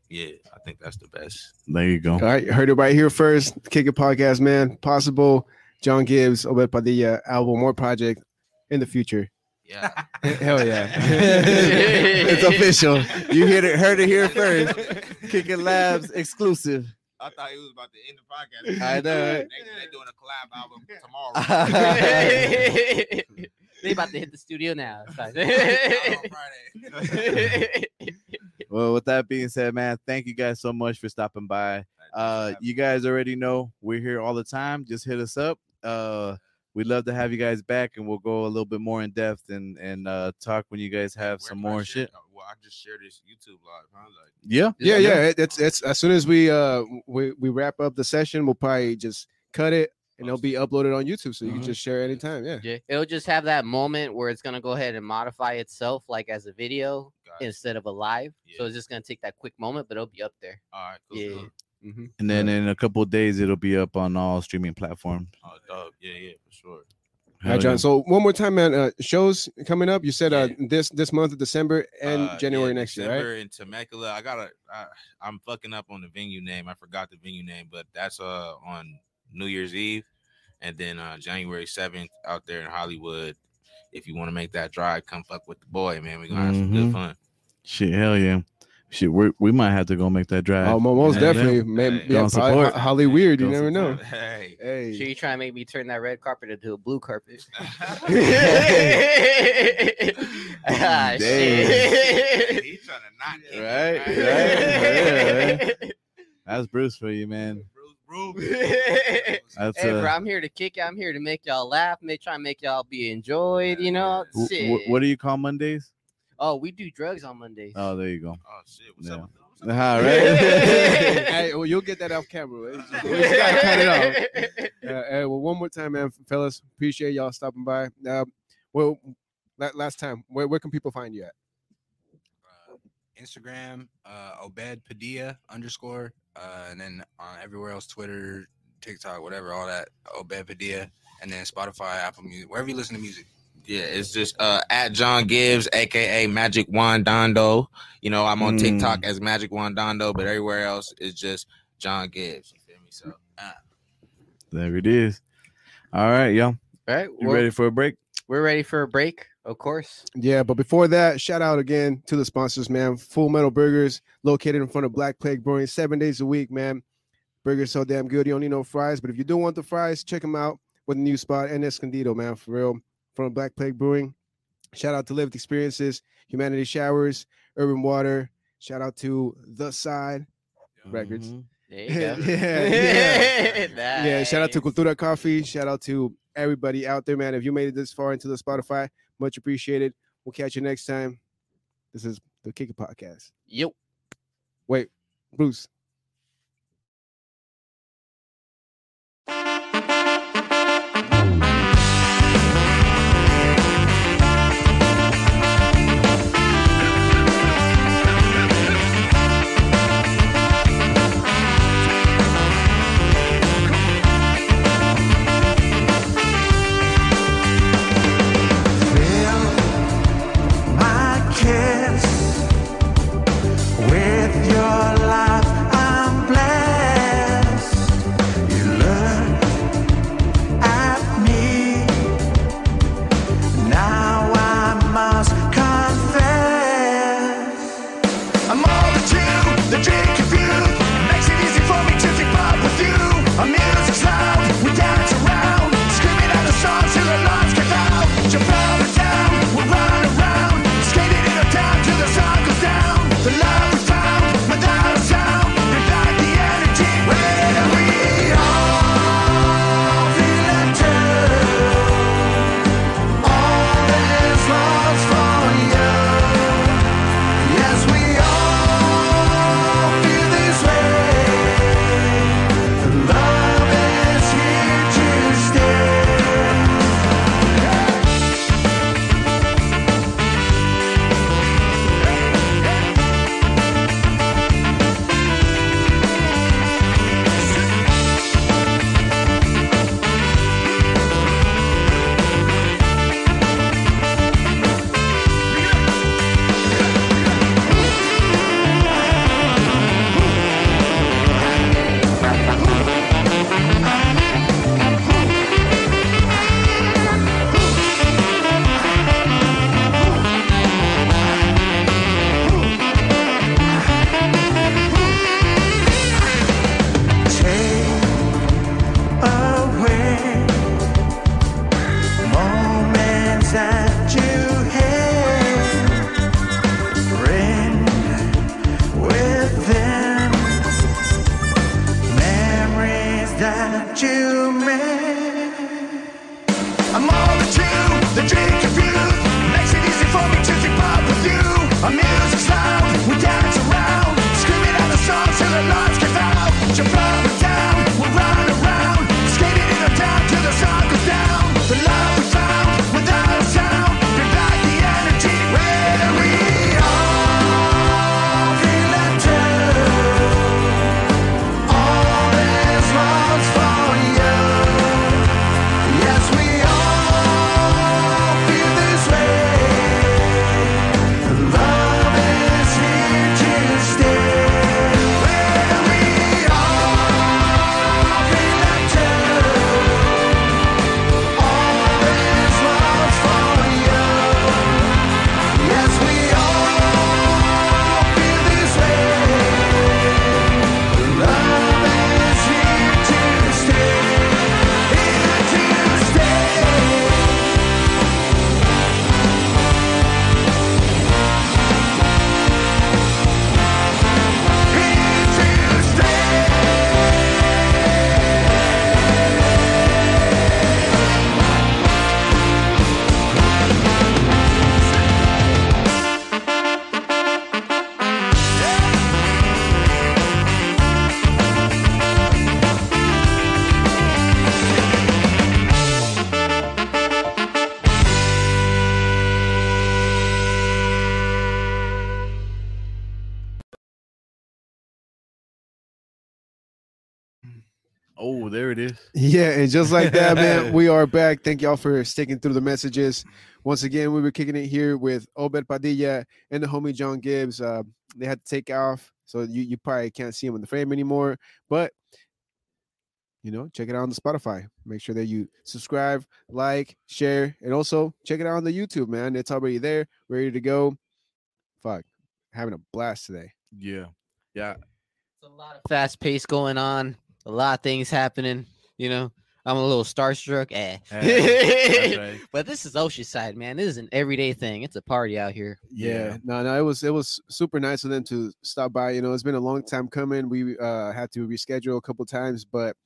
[SPEAKER 2] yeah. I think that's the best.
[SPEAKER 3] there you go
[SPEAKER 1] All right, you heard it right here first. Kick It Podcast, man. Possible John Gibbs, Obed Padilla album or project in the future.
[SPEAKER 2] Yeah,
[SPEAKER 1] Hell yeah.
[SPEAKER 3] it's official you heard it heard it here first kicking labs exclusive
[SPEAKER 2] I thought he was about to end the podcast.
[SPEAKER 3] I know, right?
[SPEAKER 2] They, are doing a collab album tomorrow.
[SPEAKER 5] they about to hit the studio now It's
[SPEAKER 4] Out
[SPEAKER 5] fine.
[SPEAKER 4] on Friday.
[SPEAKER 3] well with that being said man thank you guys so much for stopping by Uh, you guys already know we're here all the time. Just hit us up. Uh, we'd love to have you guys back, and we'll go a little bit more in depth and and uh, talk when you guys have
[SPEAKER 2] Where
[SPEAKER 3] some
[SPEAKER 2] can I
[SPEAKER 3] more
[SPEAKER 2] share-
[SPEAKER 3] shit.
[SPEAKER 2] oh, Well, I just shared this YouTube live. Huh? Like,
[SPEAKER 3] Yeah,
[SPEAKER 1] yeah, yeah. it- it's it's as soon as we uh we, we wrap up the session, we'll probably just cut it and it'll be uploaded on YouTube, so you can
[SPEAKER 3] Mhm.
[SPEAKER 1] just share anytime. Yeah.
[SPEAKER 5] Yeah, it'll just have that moment where it's gonna go ahead and modify itself like as a video
[SPEAKER 2] got it.
[SPEAKER 5] instead of a live so
[SPEAKER 2] Yeah.
[SPEAKER 5] it's just gonna take that quick moment but it'll be up there
[SPEAKER 2] all right, cool.
[SPEAKER 5] yeah
[SPEAKER 2] cool.
[SPEAKER 1] hmm
[SPEAKER 3] and then in a couple of days it'll be up on all streaming platforms.
[SPEAKER 2] Oh, dog. Yeah, yeah, for sure.
[SPEAKER 1] All right, John. So one more time, man. Uh, shows coming up. You said uh,
[SPEAKER 2] Yeah.
[SPEAKER 1] this this month of December and
[SPEAKER 2] Uh,
[SPEAKER 1] January
[SPEAKER 2] yeah,
[SPEAKER 1] next year, right?
[SPEAKER 2] December in Temecula. I gotta. I, I'm fucking up on the venue name. I forgot the venue name, but that's uh on New Year's Eve, and then uh January 7th out there in Hollywood. If you want to make that drive, come fuck with the boy, man. We gonna have some
[SPEAKER 1] Mm-hmm.
[SPEAKER 3] Mhm.
[SPEAKER 2] good fun.
[SPEAKER 3] Shit, hell yeah, shit, we we might have to go make that drive.
[SPEAKER 1] Oh, mo- most
[SPEAKER 3] Yeah.
[SPEAKER 1] definitely. Maybe,
[SPEAKER 2] Hey,
[SPEAKER 1] yeah,
[SPEAKER 3] don't
[SPEAKER 1] probably
[SPEAKER 3] support.
[SPEAKER 1] Ho- Holly Weird. You
[SPEAKER 3] Don't
[SPEAKER 1] never know.
[SPEAKER 3] support.
[SPEAKER 2] Hey.
[SPEAKER 1] Hey,
[SPEAKER 5] Sure, you trying to make me turn that red carpet into a blue carpet? ah, shit.
[SPEAKER 2] He tryna not end it,
[SPEAKER 3] Right,
[SPEAKER 2] man.
[SPEAKER 3] right, yeah, right. That's Bruce for you, man.
[SPEAKER 2] Bruce,
[SPEAKER 4] bro.
[SPEAKER 3] That's
[SPEAKER 5] Hey,
[SPEAKER 3] uh,
[SPEAKER 5] bro, I'm here to kick. it. I'm here to make y'all laugh. Make try and make y'all be enjoyed. You know.
[SPEAKER 3] wh- wh-
[SPEAKER 5] Shit.
[SPEAKER 3] what do you call Mondays?
[SPEAKER 5] oh, we do drugs on Mondays.
[SPEAKER 3] Oh, there you go.
[SPEAKER 2] Oh shit! What's
[SPEAKER 3] Yeah.
[SPEAKER 2] up? With what's up
[SPEAKER 3] All right.
[SPEAKER 1] hey, well, you'll get that off camera. It's just- we just gotta cut it off. Uh, hey, well, one more time, man, fellas. Appreciate y'all stopping by. Uh, well, la- last time, where, where can people find you at?
[SPEAKER 4] uh, Instagram, uh, Obed Padilla underscore, uh, and then on everywhere else, Twitter, TikTok, whatever, all that, Obed Padilla, and then Spotify, Apple Music, wherever you listen to music.
[SPEAKER 2] Yeah, it's just uh at John Gibbs, aka Magic Juan Dondo. You know, I'm on
[SPEAKER 3] Mm.
[SPEAKER 2] TikTok as Magic Juan Dondo, but everywhere else it's just John Gibbs. You feel me? So
[SPEAKER 3] there it is. All right, y'all.
[SPEAKER 5] All right.
[SPEAKER 3] You
[SPEAKER 5] we're,
[SPEAKER 3] ready for a break?
[SPEAKER 5] We're ready for a break, of course.
[SPEAKER 1] Yeah, but before that, shout out again to the sponsors, man. Full Metal Burgers, located in front of Black Plague Brewing, seven days a week, man. Burgers so damn good, you don't need no fries. But if you do want the fries, check them out with a new spot in Escondido, man, for real. From Black Plague Brewing. Shout out to Lived Experiences, Humanity Showers, Urban Water. Shout out to The Side Records.
[SPEAKER 5] There you
[SPEAKER 1] yeah,
[SPEAKER 5] go.
[SPEAKER 1] yeah. Yeah, shout out to
[SPEAKER 5] Nice.
[SPEAKER 1] Cultura Coffee. Shout out to everybody out there, man. If you made it this far into the Spotify, much appreciated. We'll catch you next time. This is the Kick It Podcast.
[SPEAKER 5] Yep.
[SPEAKER 1] Bruce.
[SPEAKER 7] Fill my kiss with your life. I'm blessed. You look at me. Now I must confess. I'm all that you, the dream confused. Makes it easy for me to keep up with you. Our music's loud, we dance around, screaming out the songs till the lights get out. Jump out of town, we run around, skating in our town till the sun goes down. The love we found, without a sound, ignite the energy when we all feel it too. All is lost for you. Yes, we all feel this way. The love is here to Take away moments that you had. Bring within memories that you made. I'm all that you, the dream confused. Makes it easy for me to keep up with you. Our music's loud, we dance around, screaming out the songs till the lights give out. Jump up and down, we run around, skating in the town till the sun goes down. The love we found without a sound, bring back the energy when we all feel it too. All is lost for you.
[SPEAKER 3] Oh, there it is.
[SPEAKER 1] Yeah, and just like that, man, we are back. Thank y'all for sticking through the messages. Once again, we were kicking it here with Obed Padilla and the homie John Gibbs. Uh, they had to take off, so you, you probably can't see them in the frame anymore. But you know, check it out on the Spotify. Make sure that you subscribe, like, share, and also check it out on the YouTube, man. It's already there, ready to go. Fuck, having a blast today.
[SPEAKER 3] Yeah. Yeah.
[SPEAKER 5] It's a lot of fast pace going on. A lot of things happening. You know, I'm a little starstruck. Eh.
[SPEAKER 3] That's right.
[SPEAKER 5] but this is Oceanside, man. This is an everyday thing. It's a party out here.
[SPEAKER 1] yeah, no no it was it was super nice of them to stop by you know it's been a long time coming we uh had to reschedule a couple times but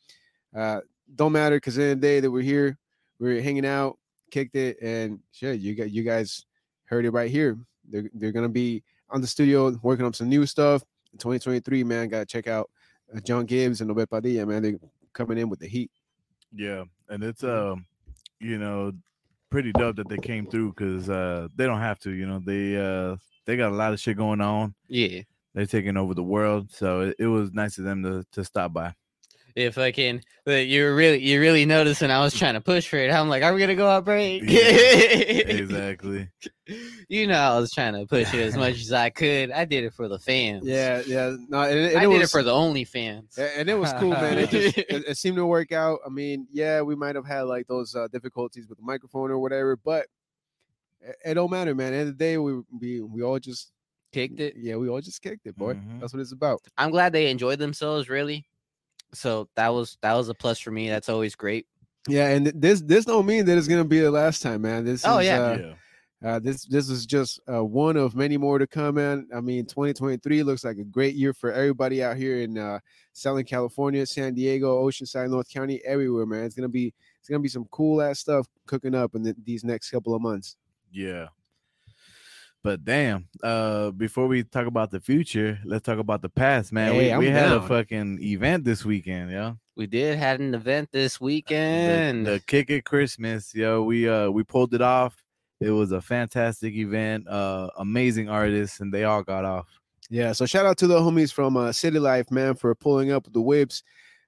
[SPEAKER 1] uh don't matter because in the day that we're here we're hanging out kicked it and shit you got you guys heard it right here they're, they're gonna be on the studio working on some new stuff in 2023 man gotta check out uh, john gibbs and obed padilla man they're coming in with the heat
[SPEAKER 3] Yeah, and it's um, you know, pretty dope that they came through because uh, they don't have to. You know, they uh, they got a lot of shit going on.
[SPEAKER 5] Yeah.
[SPEAKER 3] They're taking over the world, so it, it was nice of them to to stop by.
[SPEAKER 5] If I can, but you're really, you're really noticing. I was trying to push for it. I'm like, are we gonna go out break?
[SPEAKER 3] Yeah, Exactly.
[SPEAKER 5] You know, I was trying to push it as much as I could. I did it for the fans.
[SPEAKER 1] yeah yeah no and,
[SPEAKER 5] I did it for the only fans.
[SPEAKER 1] A- and it was cool, man. It just it, it seemed to work out. I mean, yeah, we might have had like those uh, difficulties with the microphone or whatever, but it, it don't matter, man. At the end of the day, we we we all just
[SPEAKER 5] Kicked it. Mm-hmm.
[SPEAKER 1] Yeah, we all just kicked it, boy.
[SPEAKER 3] Mhm.
[SPEAKER 1] That's what it's about.
[SPEAKER 5] I'm glad they enjoyed themselves, really. So that was that was a plus for me. That's always great.
[SPEAKER 1] Yeah, and th- this this don't mean that it's gonna be the last time, man. This
[SPEAKER 5] Oh,
[SPEAKER 1] is,
[SPEAKER 5] yeah.
[SPEAKER 1] uh,
[SPEAKER 3] yeah.
[SPEAKER 1] uh, this this is just uh, one of many more to come, man. I mean, 2023 looks like a great year for everybody out here in uh, Southern California, San Diego, Oceanside, North County, everywhere, man. It's gonna be it's gonna be some cool ass stuff cooking up in the, these next couple of months.
[SPEAKER 3] Yeah. But damn, uh, before we talk about the future, let's talk about the past, man.
[SPEAKER 1] Hey, I'm
[SPEAKER 3] we we had a
[SPEAKER 1] down.
[SPEAKER 3] fucking event this weekend, yeah.
[SPEAKER 5] We did had an
[SPEAKER 1] Uh,
[SPEAKER 5] event this
[SPEAKER 3] the-
[SPEAKER 5] weekend.
[SPEAKER 3] the, kick at christmas yo we uh we pulled it off it was a fantastic event uh amazing artists and they all got off
[SPEAKER 1] Yeah, so shout out to the homies from uh, City Life, man, for pulling up with the whips.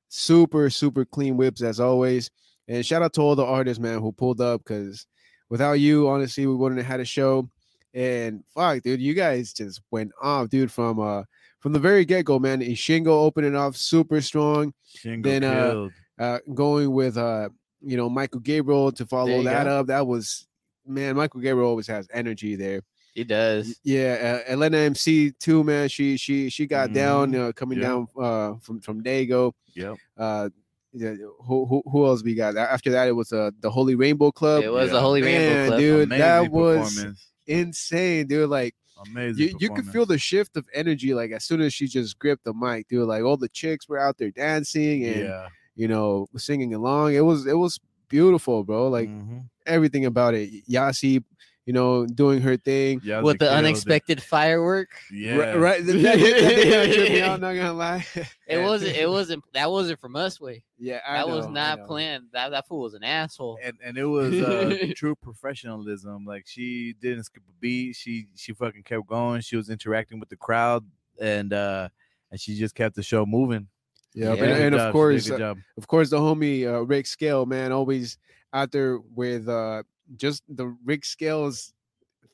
[SPEAKER 1] Super, super clean whips as always. And shout out to all the artists, man, who pulled up because without you, honestly, we wouldn't have had a show. And fuck, dude, you guys just went off, dude, from uh from the very get go, man. Ishingo opening off super strong,
[SPEAKER 3] Shingo
[SPEAKER 1] Then, uh,
[SPEAKER 3] killed.
[SPEAKER 1] uh going with uh you know Michael Gabriel to follow
[SPEAKER 5] you
[SPEAKER 1] that
[SPEAKER 5] go.
[SPEAKER 1] up. That was man, Michael Gabriel always has energy there.
[SPEAKER 5] it does.
[SPEAKER 1] Yeah, uh, Elena MC too, man. She she she got down uh, coming
[SPEAKER 3] yeah.
[SPEAKER 1] down uh, from from Dago.
[SPEAKER 3] Yep.
[SPEAKER 1] Uh, yeah, who, who who else we got? A- After that, it was uh, the Holy Rainbow Club.
[SPEAKER 5] It was
[SPEAKER 3] yeah.
[SPEAKER 5] a Holy
[SPEAKER 1] Man,
[SPEAKER 5] Rainbow Club.
[SPEAKER 1] dude, that
[SPEAKER 3] Amazing
[SPEAKER 1] was
[SPEAKER 3] performance.
[SPEAKER 1] insane, dude. Like
[SPEAKER 3] amazing
[SPEAKER 1] you, you could feel
[SPEAKER 3] performance.
[SPEAKER 1] the shift of energy, like as soon as she just gripped the mic, dude. Like all the chicks were out there dancing and
[SPEAKER 3] yeah
[SPEAKER 1] you know singing along. It was it was beautiful, bro. Like
[SPEAKER 3] Mhm.
[SPEAKER 1] everything about it. Yasi, you know, doing her thing.
[SPEAKER 3] yeah
[SPEAKER 5] With
[SPEAKER 3] they
[SPEAKER 5] the
[SPEAKER 3] killed it.
[SPEAKER 5] unexpected firework.
[SPEAKER 3] yeah
[SPEAKER 1] Ri- Right, that, that, that, that kinda tripped me out, not gonna lie.
[SPEAKER 5] It
[SPEAKER 1] Yeah.
[SPEAKER 5] wasn't it wasn't that wasn't from us way.
[SPEAKER 1] Yeah, I
[SPEAKER 5] That was
[SPEAKER 1] know, I know.
[SPEAKER 5] not planned. That that fool was an asshole.
[SPEAKER 3] and, and it was uh, true professionalism. Like she didn't skip a beat. She she fucking kept going. She was interacting with the crowd, and uh and she just kept the show moving.
[SPEAKER 1] Yeah,
[SPEAKER 5] Yeah.
[SPEAKER 1] and,
[SPEAKER 3] Good
[SPEAKER 1] and
[SPEAKER 3] job, she did
[SPEAKER 1] of
[SPEAKER 3] a
[SPEAKER 1] course,
[SPEAKER 3] good
[SPEAKER 1] uh,
[SPEAKER 3] job.
[SPEAKER 1] of course, the homie uh, Rick Scale, man, always out there with uh, just the Rick Scales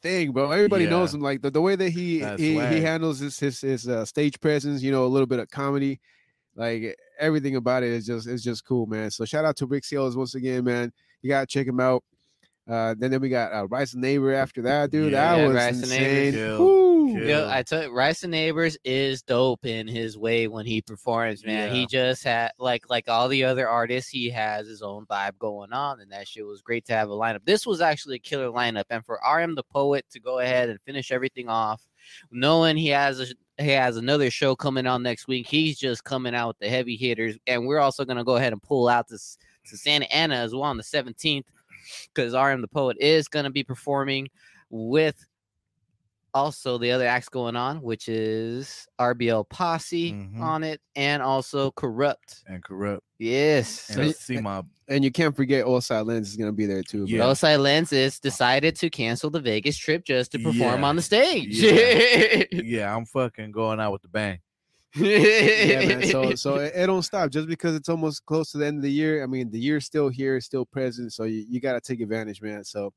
[SPEAKER 1] thing, bro. Everybody knows
[SPEAKER 3] Yeah.
[SPEAKER 1] him, like the, the way that he
[SPEAKER 3] That
[SPEAKER 1] he, he
[SPEAKER 3] swag.
[SPEAKER 1] handles his his, his uh, stage presence. You know, a little bit of comedy, like everything about it is just is just cool, man. So shout out to Rick Scales once again, man. You gotta check him out. Uh, then then we got uh, Rice and Neighbor after that, dude.
[SPEAKER 3] Yeah.
[SPEAKER 1] that
[SPEAKER 5] Yeah,
[SPEAKER 1] was
[SPEAKER 5] Rice and Neighbor.
[SPEAKER 1] insane.
[SPEAKER 3] Kill,
[SPEAKER 1] Woo!
[SPEAKER 3] kill.
[SPEAKER 5] Yo, I took Rice and Neighbors is dope in his way when he performs, man.
[SPEAKER 3] Yeah.
[SPEAKER 5] He just had like like all the other artists, he has his own vibe going on, and that shit was great to have a lineup. This was actually a killer lineup, and for RM the Poet to go ahead and finish everything off, knowing he has a, he has another show coming on next week, he's just coming out with the heavy hitters, and we're also gonna go ahead and pull out this to Santa Ana as well on the seventeenth, because RM the Poet is gonna be performing with also the other acts going on, which is RBL Posse
[SPEAKER 3] Mhm.
[SPEAKER 5] on it, and also Corrupt.
[SPEAKER 3] and corrupt
[SPEAKER 5] Yes.
[SPEAKER 3] and C mob.
[SPEAKER 1] And you can't forget Osai Lens is gonna be there too.
[SPEAKER 3] Yeah.
[SPEAKER 1] bro.
[SPEAKER 5] Los Lenses decided to cancel the Vegas trip just to perform
[SPEAKER 3] Yeah.
[SPEAKER 5] on the stage.
[SPEAKER 3] Yeah. Yeah, I'm fucking going out with the bang.
[SPEAKER 1] yeah, man. So so it, it don't stop just because it's almost close to the end of the year. I mean, the year's still here, it's still present. So you, you gotta take advantage, man. So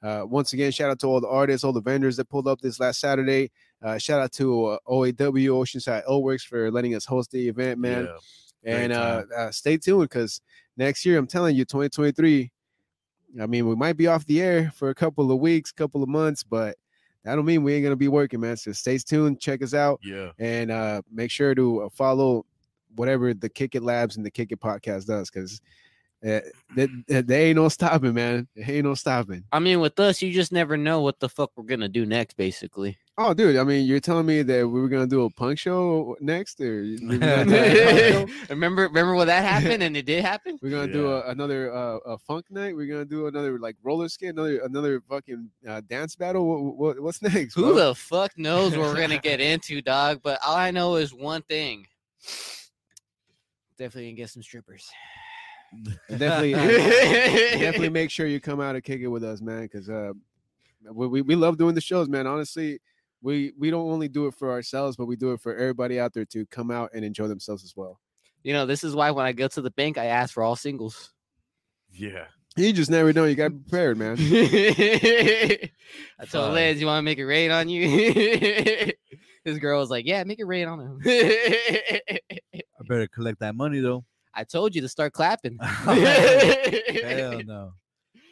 [SPEAKER 1] uh, once again, shout out to all the artists, all the vendors that pulled up this last Saturday. Uh, shout out to uh, OAW Oceanside L Works for letting us host the event, man.
[SPEAKER 3] Yeah.
[SPEAKER 1] And uh,
[SPEAKER 3] time.
[SPEAKER 1] uh, stay tuned because next year, I'm telling you, 2023. I mean, we might be off the air for a couple of weeks, couple of months, but that don't mean we ain't gonna be working, man. So stay tuned, check us out,
[SPEAKER 3] Yeah.
[SPEAKER 1] and uh, make sure to uh, follow whatever the Kick It Labs and the Kick It Podcast does, because uh, they, they ain't no stopping, man. They ain't no stopping.
[SPEAKER 5] I mean, with us, you just never know what the fuck we're gonna do next, basically.
[SPEAKER 1] Oh, dude! I mean, you're telling me that we were gonna do a punk show next, or you- we were gonna do a punk show?
[SPEAKER 5] remember, remember when that happened, and it did happen.
[SPEAKER 1] We're gonna do
[SPEAKER 3] Yeah.
[SPEAKER 1] a, another uh, a funk night. We're gonna do another like roller skate, another another fucking uh, dance battle. What, what, what's next?
[SPEAKER 5] Who
[SPEAKER 1] bro?
[SPEAKER 5] the fuck knows what we're gonna get into, dog? But all I know is one thing: definitely gonna get some strippers.
[SPEAKER 1] definitely definitely make sure you come out and kick it with us, man, because uh, we, we we love doing the shows, man. Honestly, we we don't only do it for ourselves, but we do it for everybody out there to come out and enjoy themselves as well.
[SPEAKER 5] You know, this is why when I go to the bank, I ask for all singles.
[SPEAKER 3] Yeah.
[SPEAKER 1] You just never know. You got to be prepared, man.
[SPEAKER 5] I told
[SPEAKER 3] Fuck.
[SPEAKER 5] Liz, you want to make it rain on you? this girl was like, "Yeah, make it rain on him."
[SPEAKER 8] I better collect that money though.
[SPEAKER 5] I told you to start clapping.
[SPEAKER 8] Hell no.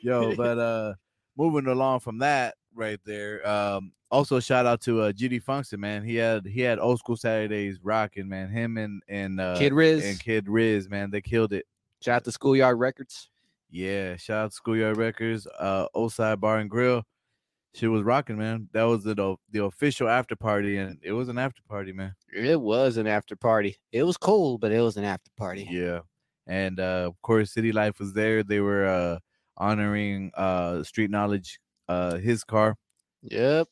[SPEAKER 3] Yo, but uh moving along from that right there. Um also shout out to uh GD Function, man. He had he had old school Saturdays rocking, man. Him and and uh
[SPEAKER 5] Kid Riz,
[SPEAKER 3] and Kid Riz, man. They killed it.
[SPEAKER 5] shout out to Schoolyard Records.
[SPEAKER 3] Yeah, shout out to Schoolyard Records, uh Oside Bar and Grill. She was rocking, man. That was the o- the official after party, and it was an after party, man.
[SPEAKER 5] It was an after party. It was cold, but it was an after party.
[SPEAKER 3] Yeah. And uh of course City Life was there. They were uh honoring uh street knowledge, uh his car.
[SPEAKER 5] Yep.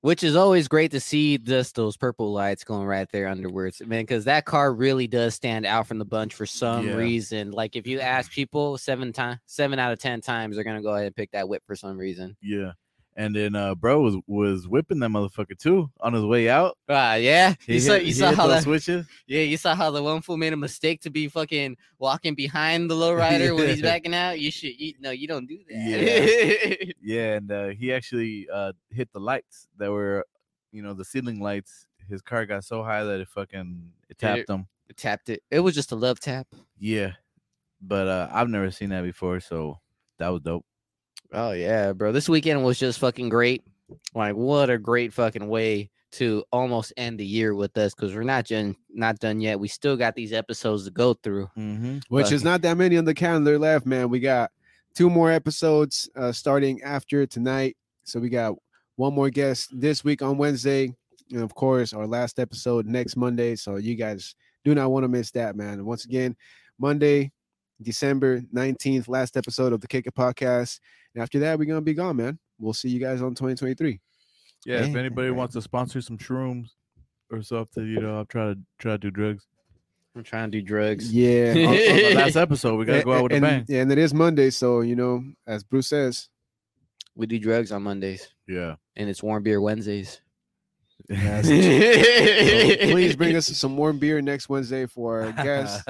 [SPEAKER 5] Which is always great to see just those purple lights going right there underwards, man, because that car really does stand out from the bunch for some
[SPEAKER 3] Yeah.
[SPEAKER 5] reason. Like if you ask people seven times, seven out of ten times, they're gonna go ahead and pick that whip for some reason.
[SPEAKER 3] Yeah. And then uh bro was was whipping that motherfucker too on his way out.
[SPEAKER 5] Ah, yeah. You saw, you
[SPEAKER 3] he
[SPEAKER 5] saw
[SPEAKER 3] hit
[SPEAKER 5] how
[SPEAKER 3] those
[SPEAKER 5] that,
[SPEAKER 3] switches.
[SPEAKER 5] yeah, you saw how the one fool made a mistake to be fucking walking behind the lowrider when he's
[SPEAKER 3] Yeah.
[SPEAKER 5] backing out. You should, you, no, you don't do that.
[SPEAKER 3] Yeah. Yeah, and uh he actually uh hit the lights that were you know, the ceiling lights. His car got so high that it fucking it
[SPEAKER 5] Hit it.
[SPEAKER 3] tapped him.
[SPEAKER 5] Tapped it. It was just a love tap.
[SPEAKER 3] Yeah. But uh I've never seen that before, so that was dope.
[SPEAKER 5] Oh yeah, bro. This weekend was just fucking great. Like what a great fucking way to almost end the year with us cuz we're not done not done yet. We still got these episodes to go through.
[SPEAKER 3] Mm-hmm.
[SPEAKER 1] which is not that many on the calendar left, man. We got two more episodes uh, starting after tonight, so we got one more guest this week on Wednesday, and of course our last episode next Monday. So you guys do not want to miss that, man. And once again, Monday, December nineteenth, last episode of the Kick It Podcast, and after that we're gonna be gone, man. We'll see you guys on 2023.
[SPEAKER 3] Yeah, if
[SPEAKER 5] Yeah,
[SPEAKER 3] anybody
[SPEAKER 5] right.
[SPEAKER 3] wants to sponsor some shrooms or something, you know, I'm trying to try to do drugs.
[SPEAKER 5] I'm trying to do drugs.
[SPEAKER 1] Yeah.
[SPEAKER 3] On- on the last episode, we gotta go out with a
[SPEAKER 1] and,
[SPEAKER 3] bang.
[SPEAKER 1] and- and it is Monday, so you know, as Bruce says,
[SPEAKER 5] We do drugs on Mondays
[SPEAKER 3] Yeah.
[SPEAKER 5] and it's warm beer Wednesdays.
[SPEAKER 1] that's So please
[SPEAKER 5] please
[SPEAKER 1] bring us some warm beer next Wednesday for our guest,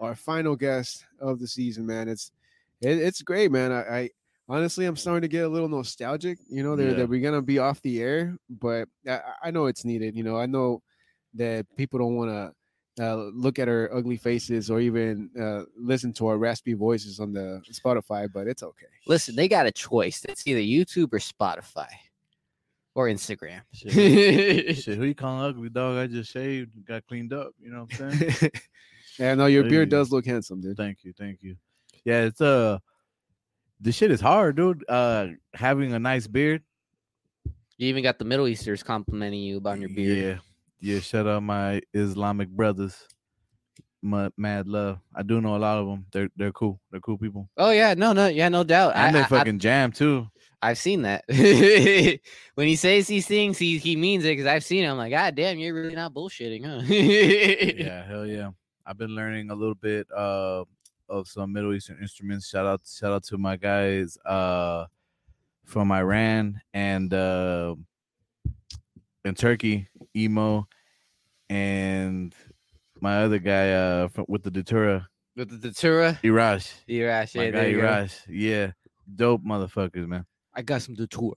[SPEAKER 1] our final guest of the season, man. It's it, it's great, man. I, I honestly I'm starting to get a little nostalgic. You know, that-
[SPEAKER 3] Yeah.
[SPEAKER 1] that we're gonna be off the air, but I- I, I know it's needed. You know, I know that people don't want to. Uh, look at our ugly faces or even uh, listen to our raspy voices on the Spotify, but it's okay.
[SPEAKER 5] Listen, they got a choice. It's either YouTube or Spotify or Instagram.
[SPEAKER 3] Shit. Shit, who you calling ugly, dog? I just shaved, got cleaned up. You know what I'm saying?
[SPEAKER 1] yeah, no, uh, your beard
[SPEAKER 3] Hey.
[SPEAKER 1] does look handsome, dude.
[SPEAKER 3] thank you, thank you. Yeah, it's uh, the shit is hard, dude. Uh, having a nice beard.
[SPEAKER 5] you even got the Middle Easterners complimenting you about your beard.
[SPEAKER 3] Yeah, yeah. Shout out my Islamic brothers. My mad love. I do know a lot of them. They're they're cool. They're cool people.
[SPEAKER 5] Oh yeah, no, no, yeah, no doubt.
[SPEAKER 3] And
[SPEAKER 5] I,
[SPEAKER 3] they
[SPEAKER 5] I- I-
[SPEAKER 3] fucking jam too.
[SPEAKER 5] I've seen that. when he says these things, he he means it because I've seen it. I'm like, God damn, you're really not bullshitting, huh?
[SPEAKER 3] yeah, hell yeah. I've been learning a little bit uh of some Middle Eastern instruments. Shout out shout out to my guys uh from Iran and uh in Turkey, Emo and my other guy uh fro- with the Datura,
[SPEAKER 5] With the Datura,
[SPEAKER 3] Irash.
[SPEAKER 5] Irash,
[SPEAKER 3] My
[SPEAKER 5] yeah,
[SPEAKER 3] guy
[SPEAKER 5] there you go.
[SPEAKER 3] Irash. Yeah. Dope motherfuckers, man.
[SPEAKER 5] I got some Datura.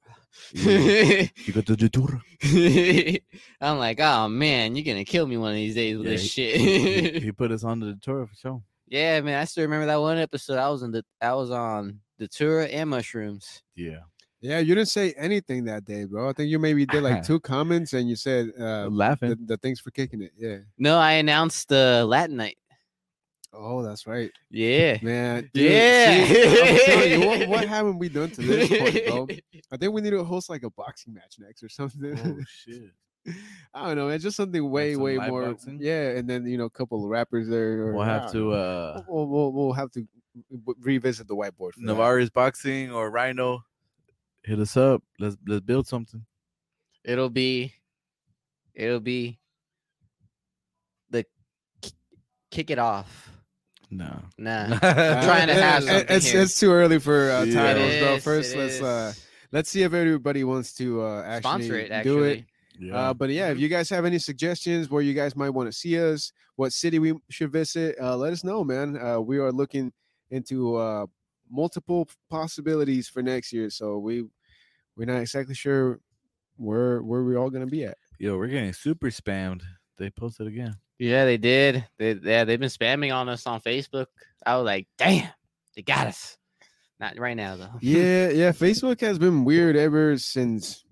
[SPEAKER 3] Yeah. you got the Datura.
[SPEAKER 5] I'm like, oh man, you're gonna kill me one of these days with
[SPEAKER 3] Yeah,
[SPEAKER 5] this
[SPEAKER 3] he,
[SPEAKER 5] shit.
[SPEAKER 3] he put us on the Datura for sure.
[SPEAKER 5] yeah, man, I still remember that one episode. I was in the, I was on Datura and mushrooms.
[SPEAKER 3] Yeah.
[SPEAKER 1] Yeah, you didn't say anything that day, bro. I think you maybe did like two comments and you said uh
[SPEAKER 3] laughing.
[SPEAKER 1] the, the things for kicking it. Yeah.
[SPEAKER 5] No, I announced the Latin night.
[SPEAKER 1] Oh, that's right.
[SPEAKER 5] Yeah.
[SPEAKER 1] Man.
[SPEAKER 5] Yeah.
[SPEAKER 1] I'm telling you, what, what haven't we done to this point, bro? I think we need to host like a boxing match next or something.
[SPEAKER 3] Oh, shit.
[SPEAKER 1] I don't know, man. Just something way,
[SPEAKER 3] some
[SPEAKER 1] way
[SPEAKER 3] live
[SPEAKER 1] more.
[SPEAKER 3] boxing?
[SPEAKER 1] Yeah, and then you know, a couple of rappers there. Or,
[SPEAKER 3] We'll
[SPEAKER 1] I
[SPEAKER 3] have
[SPEAKER 1] don't
[SPEAKER 3] to
[SPEAKER 1] know.
[SPEAKER 3] uh
[SPEAKER 1] We'll, we'll we'll have to w- revisit the whiteboard. For that.
[SPEAKER 3] Navarre's boxing or Rhino. Hit us up. Let's let's build something.
[SPEAKER 5] It'll be, it'll be the k- kick it off.
[SPEAKER 3] No.
[SPEAKER 5] Nah.
[SPEAKER 1] Uh,
[SPEAKER 5] trying to have
[SPEAKER 1] it-
[SPEAKER 5] something
[SPEAKER 1] It's
[SPEAKER 5] here.
[SPEAKER 1] it's too early for uh,
[SPEAKER 3] Yeah.
[SPEAKER 1] titles,
[SPEAKER 5] It
[SPEAKER 1] bro.
[SPEAKER 5] is,
[SPEAKER 1] First,
[SPEAKER 5] it
[SPEAKER 1] let's uh,
[SPEAKER 5] is.
[SPEAKER 1] let's see if everybody wants to uh, actually
[SPEAKER 5] sponsor it. Actually,
[SPEAKER 1] do it. Uh, but yeah, if you guys have any suggestions where you guys might want to see us, what city we should visit, uh, let us know, man. Uh, we are looking into uh, multiple possibilities for next year, so we we're not exactly sure where where we're all gonna be at.
[SPEAKER 3] Yo, we're getting super spammed. They posted again.
[SPEAKER 5] Yeah, they did. They yeah, they've been spamming on us on Facebook. I was like, damn, they got us. Not right now though.
[SPEAKER 1] Yeah, yeah. Facebook has been weird ever since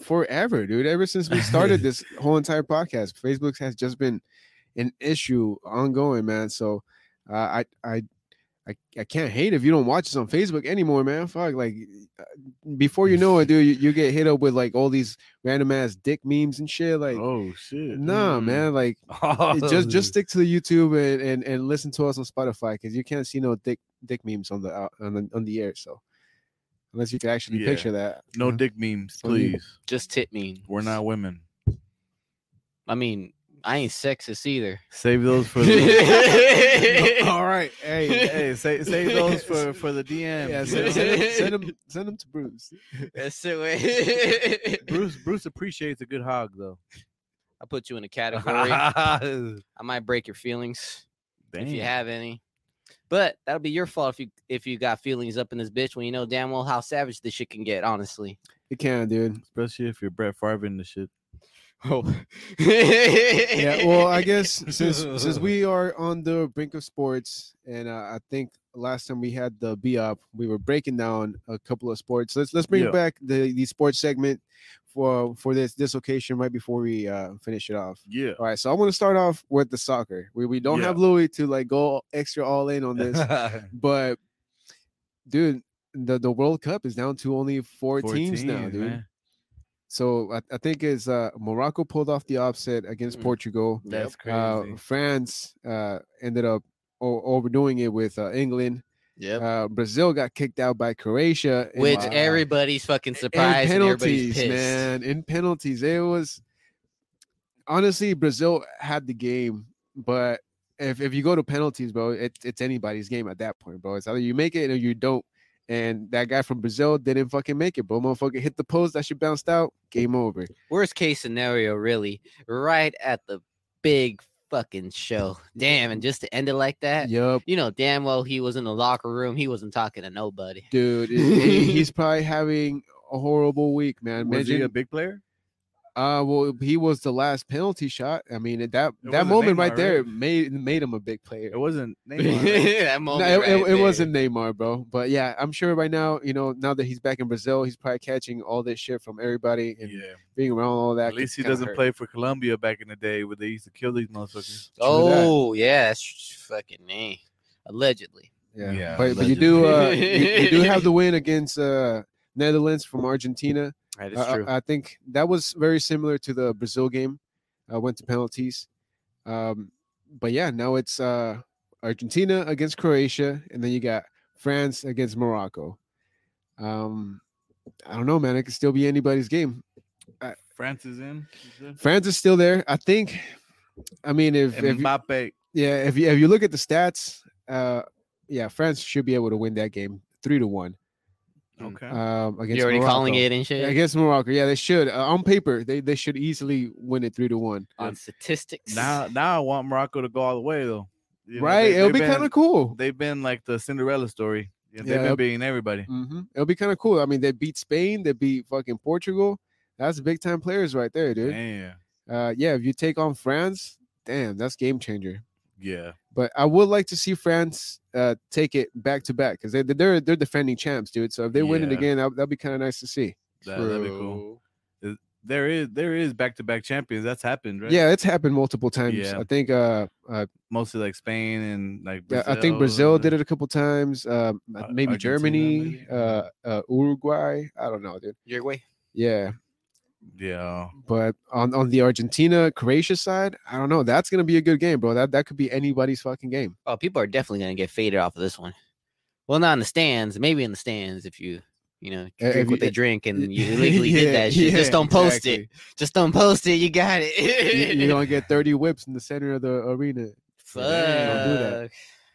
[SPEAKER 1] forever, dude. Ever since we started this whole entire podcast, Facebook has just been an issue ongoing, man. So uh, I, I, I, I can't hate if you don't watch us on Facebook anymore, man. Fuck, like uh, before you know it, dude, you, you get hit up with like all these random ass dick memes and shit. Like,
[SPEAKER 3] oh shit.
[SPEAKER 1] nah,
[SPEAKER 5] mm.
[SPEAKER 1] man, like
[SPEAKER 3] Oh.
[SPEAKER 1] it- just just stick to the YouTube and, and and listen to us on Spotify because you can't see no dick dick memes on the out- on the on the air. So unless you can actually
[SPEAKER 3] Yeah.
[SPEAKER 1] picture that,
[SPEAKER 3] no
[SPEAKER 1] dick.
[SPEAKER 3] dick memes,
[SPEAKER 1] Fuck you.
[SPEAKER 3] please.
[SPEAKER 5] Just tit mean.
[SPEAKER 3] We're not women.
[SPEAKER 5] I mean, I ain't sexist either.
[SPEAKER 3] Save those for the
[SPEAKER 5] yeah,
[SPEAKER 1] All right, hey.
[SPEAKER 3] Hey, save, save those for for the DM.
[SPEAKER 1] Yeah,
[SPEAKER 3] you
[SPEAKER 1] send,
[SPEAKER 3] know?
[SPEAKER 1] send, him, send him send him to Bruce.
[SPEAKER 5] that's the way.
[SPEAKER 3] Bruce Bruce appreciates a good hog though.
[SPEAKER 5] I put you in a category. I
[SPEAKER 3] Damn.
[SPEAKER 5] might break your feelings if you have any. But that'll be your fault if you if you got feelings up in this bitch when you know damn well how savage this shit can get, honestly.
[SPEAKER 1] It can, dude.
[SPEAKER 3] Especially if you're Brett Favre and the shit.
[SPEAKER 5] Oh.
[SPEAKER 1] Yeah. Well, I guess since since we are on the brink of sports, and uh, I think last time we had the B up, we were breaking down a couple of sports. Let's let's bring
[SPEAKER 3] Yeah.
[SPEAKER 1] back the the sports segment for for this this occasion right before we uh, finish it off.
[SPEAKER 3] Yeah.
[SPEAKER 1] All right, so I want to start off with the soccer. We we don't
[SPEAKER 3] Yeah.
[SPEAKER 1] have Louis to like go extra all in on this, but dude, the the World Cup is down to only four, teams now, dude.
[SPEAKER 3] man.
[SPEAKER 1] So I, I think it's uh Morocco pulled off the offset against
[SPEAKER 5] Mm.
[SPEAKER 1] Portugal.
[SPEAKER 3] That's
[SPEAKER 1] Uh,
[SPEAKER 3] crazy.
[SPEAKER 1] France uh ended up o- overdoing it with uh, England.
[SPEAKER 5] Yep.
[SPEAKER 1] Uh, Brazil got kicked out by Croatia, in-
[SPEAKER 5] Which
[SPEAKER 1] uh,
[SPEAKER 5] everybody's fucking
[SPEAKER 1] in
[SPEAKER 5] surprised and,
[SPEAKER 1] penalties,
[SPEAKER 5] everybody's pissed.
[SPEAKER 1] man. In penalties, it was honestly Brazil had the game, but if if you go to penalties, bro, it, it's anybody's game at that point, bro. It's either you make it or you don't. And that guy from Brazil didn't fucking make it, bro. Motherfucker hit the post, that shit bounced out. Game over.
[SPEAKER 5] Worst case scenario, really, right at the big fucking show. Damn, and just to end it like that,
[SPEAKER 1] Yup,
[SPEAKER 5] you know damn well he was in the locker room. He wasn't talking to nobody.
[SPEAKER 1] dude. it- he- he's probably having a horrible week, man.
[SPEAKER 3] Was he
[SPEAKER 1] Imagine,
[SPEAKER 3] a big player?
[SPEAKER 1] uh, well, he was the last penalty shot. I mean, at that
[SPEAKER 3] It
[SPEAKER 1] that
[SPEAKER 3] wasn't
[SPEAKER 1] moment right
[SPEAKER 3] Neymar,
[SPEAKER 1] there
[SPEAKER 3] right?
[SPEAKER 1] made made him a big player.
[SPEAKER 3] It wasn't. Neymar, right?
[SPEAKER 5] that
[SPEAKER 1] No,
[SPEAKER 5] moment
[SPEAKER 1] it,
[SPEAKER 5] right
[SPEAKER 1] it- it
[SPEAKER 5] there.
[SPEAKER 1] wasn't Neymar, bro. But yeah, I'm sure by now, you know, now that he's back in Brazil, he's probably catching all this shit from everybody and
[SPEAKER 3] yeah.
[SPEAKER 1] being around all that.
[SPEAKER 3] At
[SPEAKER 1] could
[SPEAKER 3] least he
[SPEAKER 1] kinda
[SPEAKER 3] doesn't
[SPEAKER 1] hurt.
[SPEAKER 3] play for Colombia back in the day where they used to kill these motherfuckers.
[SPEAKER 5] Oh yeah, that's tr- fucking me. Allegedly.
[SPEAKER 1] Yeah,
[SPEAKER 3] Yeah,
[SPEAKER 1] but, but you do, uh, you,
[SPEAKER 5] allegedly.
[SPEAKER 1] you do have the win against uh, Netherlands from Argentina.
[SPEAKER 5] That
[SPEAKER 3] uh,
[SPEAKER 1] I- I- I, think that was very similar to the Brazil game. Uh, went to penalties, um, but yeah, now it's uh, Argentina against Croatia, and then you got France against Morocco. Um, I don't know, man. It could still be anybody's game.
[SPEAKER 3] France is in. you said?
[SPEAKER 1] France is still there. I think. I mean, if, if you-
[SPEAKER 3] Mbappe.
[SPEAKER 1] yeah, if you if you look at the stats, uh, yeah, France should be able to win that game three to one.
[SPEAKER 3] Okay.
[SPEAKER 1] Um, against
[SPEAKER 5] You're already calling
[SPEAKER 1] Morocco.
[SPEAKER 5] it and shit
[SPEAKER 1] against Morocco. Yeah, they should. Uh, on paper, they they should easily win it three to one.
[SPEAKER 5] on statistics.
[SPEAKER 3] now, now I want Morocco to go all the way though. You know,
[SPEAKER 1] right?
[SPEAKER 3] they-
[SPEAKER 1] It'll
[SPEAKER 3] they've
[SPEAKER 1] be
[SPEAKER 3] been-
[SPEAKER 1] kind of cool.
[SPEAKER 3] They've been like the Cinderella story. You know,
[SPEAKER 1] Yeah,
[SPEAKER 3] they've
[SPEAKER 1] yep.
[SPEAKER 3] been beating everybody.
[SPEAKER 1] hmm It'll be kind of cool. I mean, they beat Spain. They beat fucking Portugal. That's big time players right there, dude.
[SPEAKER 3] Damn.
[SPEAKER 1] Uh, yeah, if you take on France, damn, that's game changer.
[SPEAKER 3] Yeah.
[SPEAKER 1] But I would like to see France uh, take it back to back because they they're they're defending champs, dude. So if they win it
[SPEAKER 3] Yeah.
[SPEAKER 1] again, that that'd be kind of nice to see.
[SPEAKER 3] That, that'd be cool. There is there is back to back champions. That's happened, right?
[SPEAKER 1] Yeah, it's happened multiple times.
[SPEAKER 3] Yeah.
[SPEAKER 1] I think uh, uh,
[SPEAKER 3] Mostly like Spain and like
[SPEAKER 1] yeah,
[SPEAKER 3] Brazil.
[SPEAKER 1] I think Brazil
[SPEAKER 3] and-
[SPEAKER 5] uh,
[SPEAKER 1] did it a couple times. Um, uh,
[SPEAKER 3] Ar-
[SPEAKER 1] maybe
[SPEAKER 3] Argentina,
[SPEAKER 1] Germany,
[SPEAKER 3] maybe?
[SPEAKER 1] uh, uh, Uruguay. I don't know, dude.
[SPEAKER 5] Uruguay.
[SPEAKER 1] Yeah,
[SPEAKER 3] Yeah.
[SPEAKER 1] but on on the Argentina Croatia side, I don't know. That's gonna be a good game, bro. That that could be anybody's fucking game.
[SPEAKER 5] Oh, people are definitely gonna get faded off of this one. Well, not in the stands. Maybe in the stands if you, you know, drink
[SPEAKER 1] Uh, if
[SPEAKER 5] what
[SPEAKER 1] you-
[SPEAKER 5] they drink and Mm, you illegally
[SPEAKER 1] Yeah,
[SPEAKER 5] did that shit.
[SPEAKER 1] yeah,
[SPEAKER 5] Just don't post it.
[SPEAKER 1] exactly.
[SPEAKER 5] Just don't post it. You got
[SPEAKER 1] You-
[SPEAKER 5] it.
[SPEAKER 1] You're gonna get thirty whips in the center of the arena.
[SPEAKER 5] Fuck.
[SPEAKER 1] Don't do that.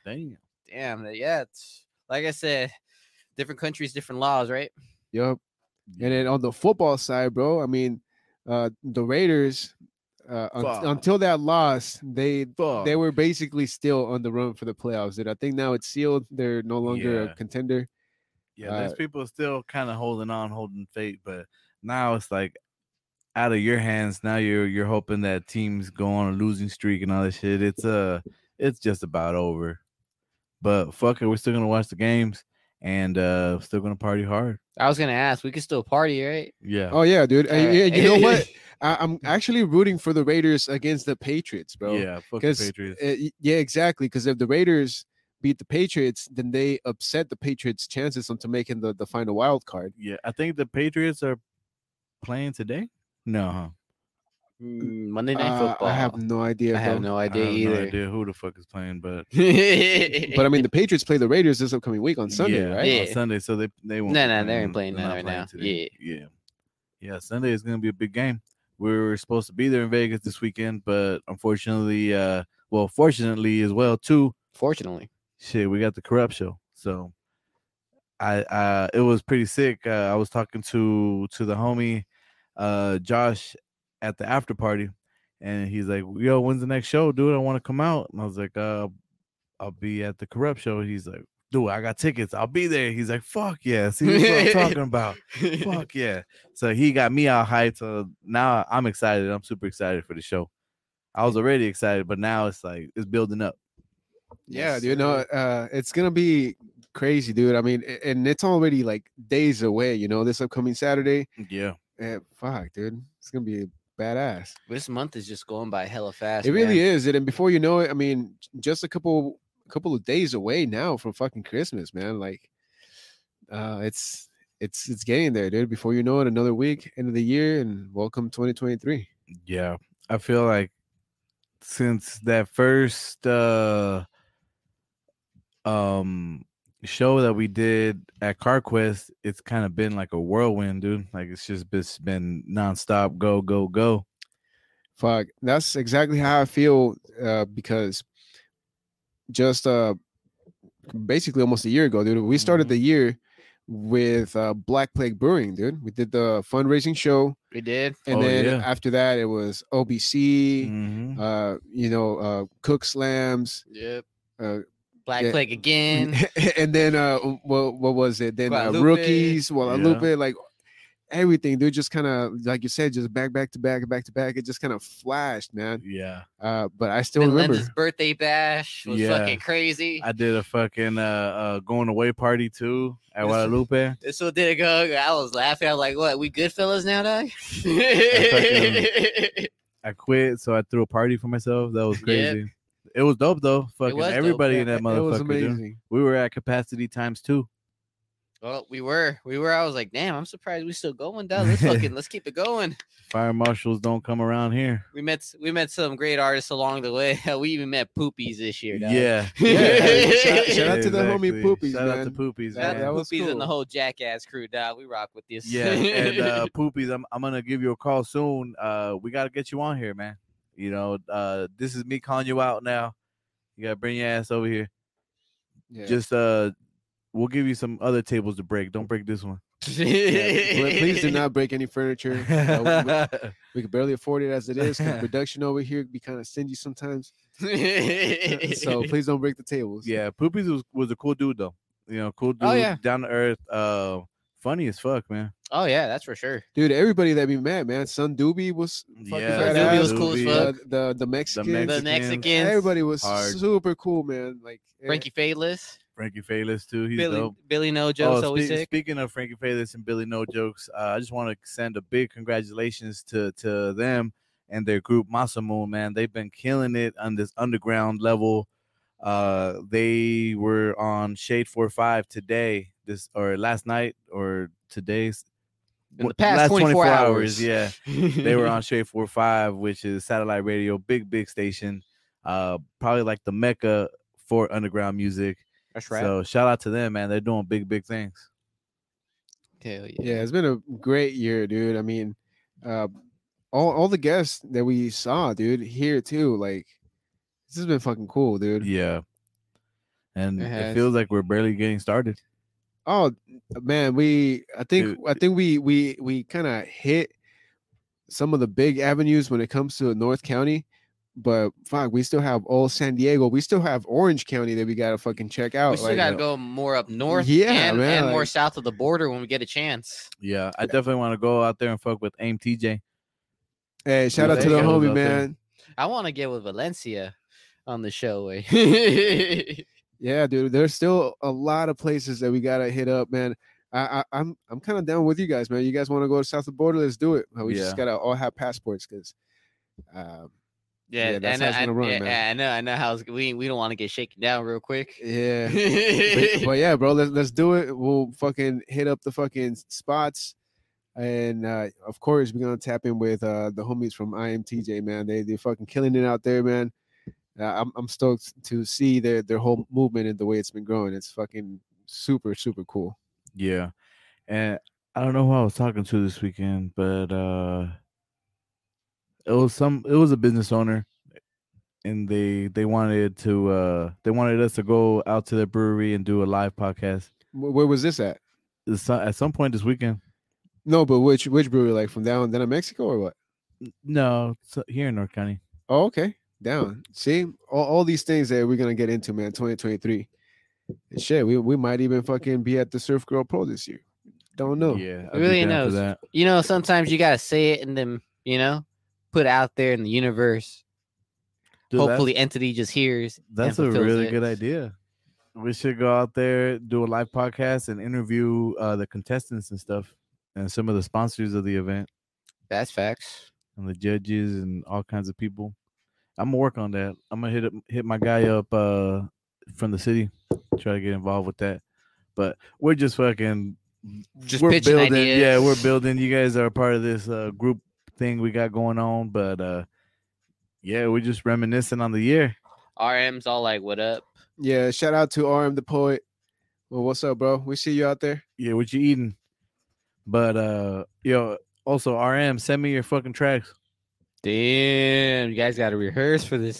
[SPEAKER 3] Damn.
[SPEAKER 5] Damn. that- Yeah. It's, like I said, different countries, different laws, right?
[SPEAKER 1] Yep. And then on the football side, bro, I mean, uh, the Raiders, uh, un-
[SPEAKER 3] Fuck.
[SPEAKER 1] until that loss, they
[SPEAKER 3] Fuck.
[SPEAKER 1] they were basically still on the run for the playoffs. Dude, I think now it's sealed. They're no longer
[SPEAKER 3] Yeah.
[SPEAKER 1] a contender.
[SPEAKER 3] Yeah, there's
[SPEAKER 1] Uh,
[SPEAKER 3] people still kind of holding on, holding fate, but now it's like out of your hands. Now you're you're hoping that teams go on a losing streak and all that shit. It's uh it's just about over. But fuck it, we're still gonna watch the games and uh still gonna party hard.
[SPEAKER 5] I was gonna ask. We could still party, right? Uh,
[SPEAKER 3] Yeah.
[SPEAKER 1] Oh yeah, dude. And,
[SPEAKER 5] Alright.
[SPEAKER 1] and you know what? I, I'm actually rooting for the Raiders against the Patriots, bro.
[SPEAKER 3] yeah, fuck the
[SPEAKER 1] 'cause,
[SPEAKER 3] Patriots.
[SPEAKER 1] Uh, y- yeah, exactly. Because if the Raiders beat the Patriots, then they upset the Patriots' chances onto making the, the final wild card.
[SPEAKER 3] yeah, I think the Patriots are playing today. No, huh?
[SPEAKER 5] Mm, Monday night
[SPEAKER 1] Uh,
[SPEAKER 5] football.
[SPEAKER 1] I have no idea.
[SPEAKER 5] I have
[SPEAKER 1] bro.
[SPEAKER 5] no
[SPEAKER 3] I
[SPEAKER 5] idea
[SPEAKER 3] have
[SPEAKER 5] either.
[SPEAKER 3] no idea who the fuck is playing, but
[SPEAKER 1] But I mean, the Patriots play the Raiders this upcoming week on Sunday,
[SPEAKER 3] yeah,
[SPEAKER 1] right?
[SPEAKER 5] Yeah.
[SPEAKER 3] on Sunday, so they they won't.
[SPEAKER 5] No,
[SPEAKER 3] be
[SPEAKER 5] no, they ain't playing
[SPEAKER 3] they're
[SPEAKER 5] none
[SPEAKER 3] not
[SPEAKER 5] right
[SPEAKER 3] playing today.
[SPEAKER 5] now.
[SPEAKER 3] yeah, yeah. Sunday is gonna be a big game. We were supposed to be there in Vegas this weekend, but unfortunately, uh, well, fortunately as well too.
[SPEAKER 5] Fortunately,
[SPEAKER 3] Shit, we got the corrupt show, so I, uh, it was pretty sick. Uh, I was talking to to the homie, uh, Josh, at the after party, and he's like, "Yo, when's the next show, dude? I want to come out." And I was like, "Uh, I'll be at the corrupt show." He's like, "Dude, I got tickets. I'll be there." He's like, "Fuck yeah! See this is what I'm talking about? Fuck yeah!" So he got me all hyped. So now I'm excited. I'm super excited for the show. I was already excited, but now it's like it's building up.
[SPEAKER 1] Yeah,
[SPEAKER 4] Yes,
[SPEAKER 1] dude. No,
[SPEAKER 4] sir.
[SPEAKER 1] uh, it's gonna be crazy, dude. I mean, a- and it's already like days away. You know, this upcoming Saturday.
[SPEAKER 3] Yeah,
[SPEAKER 1] Eh, fuck, dude. It's gonna be badass.
[SPEAKER 5] this month is just going by hella fast.
[SPEAKER 1] It really
[SPEAKER 5] man.
[SPEAKER 1] is. And before you know it, I mean, j- just a couple couple of days away now from fucking Christmas, man. Like, uh, it's it's it's getting there, dude. Before you know it, another week, end of the year, and welcome 2023.
[SPEAKER 3] yeah. I feel like since that first uh um show that we did at CarQuest, it's kind of been like a whirlwind, dude. Like it's just it's been nonstop, go, go, go.
[SPEAKER 1] Fuck, that's exactly how I feel uh, because just uh, basically almost a year ago, dude, we started
[SPEAKER 3] Mhm.
[SPEAKER 1] the year with uh, Black Plague Brewing, dude. We did the fundraising show,
[SPEAKER 5] We did.
[SPEAKER 1] and
[SPEAKER 3] Oh,
[SPEAKER 1] then
[SPEAKER 3] yeah.
[SPEAKER 1] after that, it was OBC,
[SPEAKER 3] Mhm.
[SPEAKER 1] uh, you know, uh, Cook Slams,
[SPEAKER 5] Yep.
[SPEAKER 1] uh,
[SPEAKER 5] Black
[SPEAKER 1] Yeah.
[SPEAKER 5] Plague again.
[SPEAKER 1] and then uh, what what was it? Then uh,
[SPEAKER 5] Guadalupe.
[SPEAKER 1] rookies,
[SPEAKER 3] Yeah.
[SPEAKER 1] Guadalupe, like everything, dude. Just kind of like you said, just back back to back, back to back. It just kind of flashed, man.
[SPEAKER 3] Yeah.
[SPEAKER 1] Uh, but I still
[SPEAKER 5] Then
[SPEAKER 1] remember.
[SPEAKER 5] Len's birthday bash was
[SPEAKER 3] Yeah.
[SPEAKER 5] fucking crazy.
[SPEAKER 3] I did a fucking uh, uh going away party too at Guadalupe.
[SPEAKER 5] This one did it go. I was laughing. I was like, "What? We good fellas now, dog?"
[SPEAKER 3] fucking- I quit, so I threw a party for myself. That was
[SPEAKER 5] Yeah.
[SPEAKER 3] crazy. It was dope though. Fucking
[SPEAKER 5] was dope,
[SPEAKER 3] everybody
[SPEAKER 5] yeah.
[SPEAKER 3] in that
[SPEAKER 1] It
[SPEAKER 3] motherfucker.
[SPEAKER 1] was
[SPEAKER 3] dude.
[SPEAKER 1] amazing.
[SPEAKER 3] We were at capacity times two.
[SPEAKER 5] well, we were, we were. I was like, "Damn, I'm surprised we still going, dog. Let's fucking let's keep it going."
[SPEAKER 3] Fire marshals don't come around here.
[SPEAKER 5] We met s- we met some great artists along the way. Hell, we even met Poopies this year. Dog.
[SPEAKER 3] Yeah.
[SPEAKER 1] Yeah, hey, shout- shout out to the homie
[SPEAKER 3] Exactly.
[SPEAKER 1] Poopies,
[SPEAKER 3] Shout out to
[SPEAKER 1] man.
[SPEAKER 3] Poopies,
[SPEAKER 5] Shout out
[SPEAKER 1] Yeah,
[SPEAKER 5] to
[SPEAKER 1] that
[SPEAKER 3] man.
[SPEAKER 1] was
[SPEAKER 5] Poopies and the
[SPEAKER 1] cool.
[SPEAKER 5] whole Jackass crew, dog. We rock with this.
[SPEAKER 3] Yeah. And uh Poopies, I'm I'm gonna give you a call soon. Uh we gotta get you on here, man. You know, uh this is me calling you out now. You gotta bring your ass over here.
[SPEAKER 1] Yeah.
[SPEAKER 3] Just uh we'll give you some other tables to break. Don't break this one.
[SPEAKER 1] Yeah, but please do not break any furniture. Uh, we- we can barely afford it as it is. 'cause production over here be kind of stingy sometimes. so please don't break the tables.
[SPEAKER 3] yeah, Poopies was, was a cool dude though. You know, cool dude,
[SPEAKER 5] Oh, yeah.
[SPEAKER 3] down to earth, uh, funny as fuck, man.
[SPEAKER 5] oh yeah, that's for sure.
[SPEAKER 1] dude. Everybody that be mad, man. Son Doobie was fucking
[SPEAKER 3] Yeah,
[SPEAKER 5] Doobie
[SPEAKER 1] badass.
[SPEAKER 5] was cool as
[SPEAKER 3] Doobie.
[SPEAKER 5] fuck.
[SPEAKER 1] Uh, the the Mexican,
[SPEAKER 5] The
[SPEAKER 3] Mexicans,
[SPEAKER 5] Mexicans,
[SPEAKER 1] everybody was
[SPEAKER 3] hard.
[SPEAKER 1] super cool, man. Like eh,
[SPEAKER 5] Frankie Fadless,
[SPEAKER 3] Frankie Faylis too. He's
[SPEAKER 5] Billy
[SPEAKER 3] dope.
[SPEAKER 5] Billy No Joe's
[SPEAKER 3] Oh,
[SPEAKER 5] always
[SPEAKER 3] spe-
[SPEAKER 5] sick.
[SPEAKER 3] Speaking of Frankie Faylis and Billy No Jokes, uh, I just want to send a big congratulations to to them and their group Masa Moon. Man, they've been killing it on this underground level. Uh, they were on Shade Four Five today, this or last night or today's
[SPEAKER 5] In
[SPEAKER 3] wha-
[SPEAKER 5] the past 24 hours.
[SPEAKER 3] Yeah, they were on Shade Four Five, which is satellite radio, big big station, uh, probably like the mecca for underground music.
[SPEAKER 5] That's
[SPEAKER 3] So shout out to them, man. They're doing big big things.
[SPEAKER 5] Hell yeah.
[SPEAKER 1] yeah, it's been a great year, dude. I mean, uh, all all the guests that we saw, dude, here too. Like this has been fucking cool, dude.
[SPEAKER 3] Yeah. And
[SPEAKER 5] It
[SPEAKER 3] it
[SPEAKER 5] has.
[SPEAKER 3] feels like we're barely getting started.
[SPEAKER 1] Oh man, we I think
[SPEAKER 3] Dude,
[SPEAKER 1] I think we we we kind of hit some of the big avenues when it comes to North County, but fuck, we still have old San Diego. We still have Orange County that we gotta fucking check out.
[SPEAKER 5] We still
[SPEAKER 1] like, uh,
[SPEAKER 5] gotta go more up north,
[SPEAKER 1] Yeah,
[SPEAKER 5] and,
[SPEAKER 1] man,
[SPEAKER 5] and more
[SPEAKER 1] like-
[SPEAKER 5] south of the border when we get a chance.
[SPEAKER 3] Yeah, I definitely want to go out there and fuck with AIM TJ.
[SPEAKER 1] Hey, shout out to the
[SPEAKER 3] Diego was
[SPEAKER 1] homie,
[SPEAKER 3] out there.
[SPEAKER 1] man.
[SPEAKER 5] I want to get with Valencia on the show. eh?
[SPEAKER 1] Yeah, dude, there's still a lot of places that we gotta hit up, man. I, I, I'm I'm kind of down with you guys, man. You guys want to go south of the border? Let's do it. Uh, We
[SPEAKER 3] Yeah.
[SPEAKER 1] just gotta all have passports, cause uh,
[SPEAKER 5] yeah,
[SPEAKER 1] Yeah, that's
[SPEAKER 5] I know,
[SPEAKER 1] how it's gonna
[SPEAKER 5] I-
[SPEAKER 1] run,
[SPEAKER 5] yeah,
[SPEAKER 1] man.
[SPEAKER 5] I know, I know how it's, we we don't want to get shaken down real quick.
[SPEAKER 1] yeah, but, but yeah, bro, let's let's do it. We'll fucking hit up the fucking spots, and uh, of course we're gonna tap in with uh, the homies from IMTJ, man. They they fucking killing it out there, man. Uh, I'm I'm stoked to see their their whole movement and the way it's been growing. It's fucking super super cool.
[SPEAKER 3] Yeah. And I don't know who I was talking to this weekend, but uh it was some it was a business owner and they they wanted to uh they wanted us to go out to their brewery and do a live podcast
[SPEAKER 1] Wh- Where was this at?
[SPEAKER 3] It's so- at some point this weekend.
[SPEAKER 1] No, but which which brewery? Like from down down in Mexico or what?
[SPEAKER 3] N- No, so here in North County.
[SPEAKER 1] Oh, okay. Down. See, all, all these things that we're gonna get into, man. 2023. And shit, we, we might even fucking be at the Surf Girl Pro this year. Don't know.
[SPEAKER 3] Yeah.
[SPEAKER 5] Who really
[SPEAKER 3] down for
[SPEAKER 5] knows?
[SPEAKER 3] that.
[SPEAKER 5] you know, sometimes you gotta say it and then you know, put it out there in the universe.
[SPEAKER 3] Dude, that's-
[SPEAKER 5] Hopefully, entity just hears. and
[SPEAKER 3] That's a
[SPEAKER 5] fulfills
[SPEAKER 3] really
[SPEAKER 5] it.
[SPEAKER 3] good idea. We should go out there, do a live podcast, and interview uh, the contestants and stuff, and some of the sponsors of the event,
[SPEAKER 5] That's facts.
[SPEAKER 3] and the judges, and all kinds of people. I'm gonna work on that. I'm gonna hit up, hit my guy up uh, from the city, try to get involved with that. But we're just fucking,
[SPEAKER 5] Just
[SPEAKER 3] we're
[SPEAKER 5] pitching
[SPEAKER 3] building.
[SPEAKER 5] ideas.
[SPEAKER 3] Yeah, we're building. You guys are a part of this uh, group thing we got going on, but uh, yeah, we're just reminiscing on the year.
[SPEAKER 5] RM's all like, "What up?"
[SPEAKER 1] Yeah, shout out to RM the Poet. Well, what's up, bro? We see you out there.
[SPEAKER 3] Yeah, what you eating? But uh yo, also RM, send me your fucking tracks.
[SPEAKER 5] Damn, you guys got to rehearse for this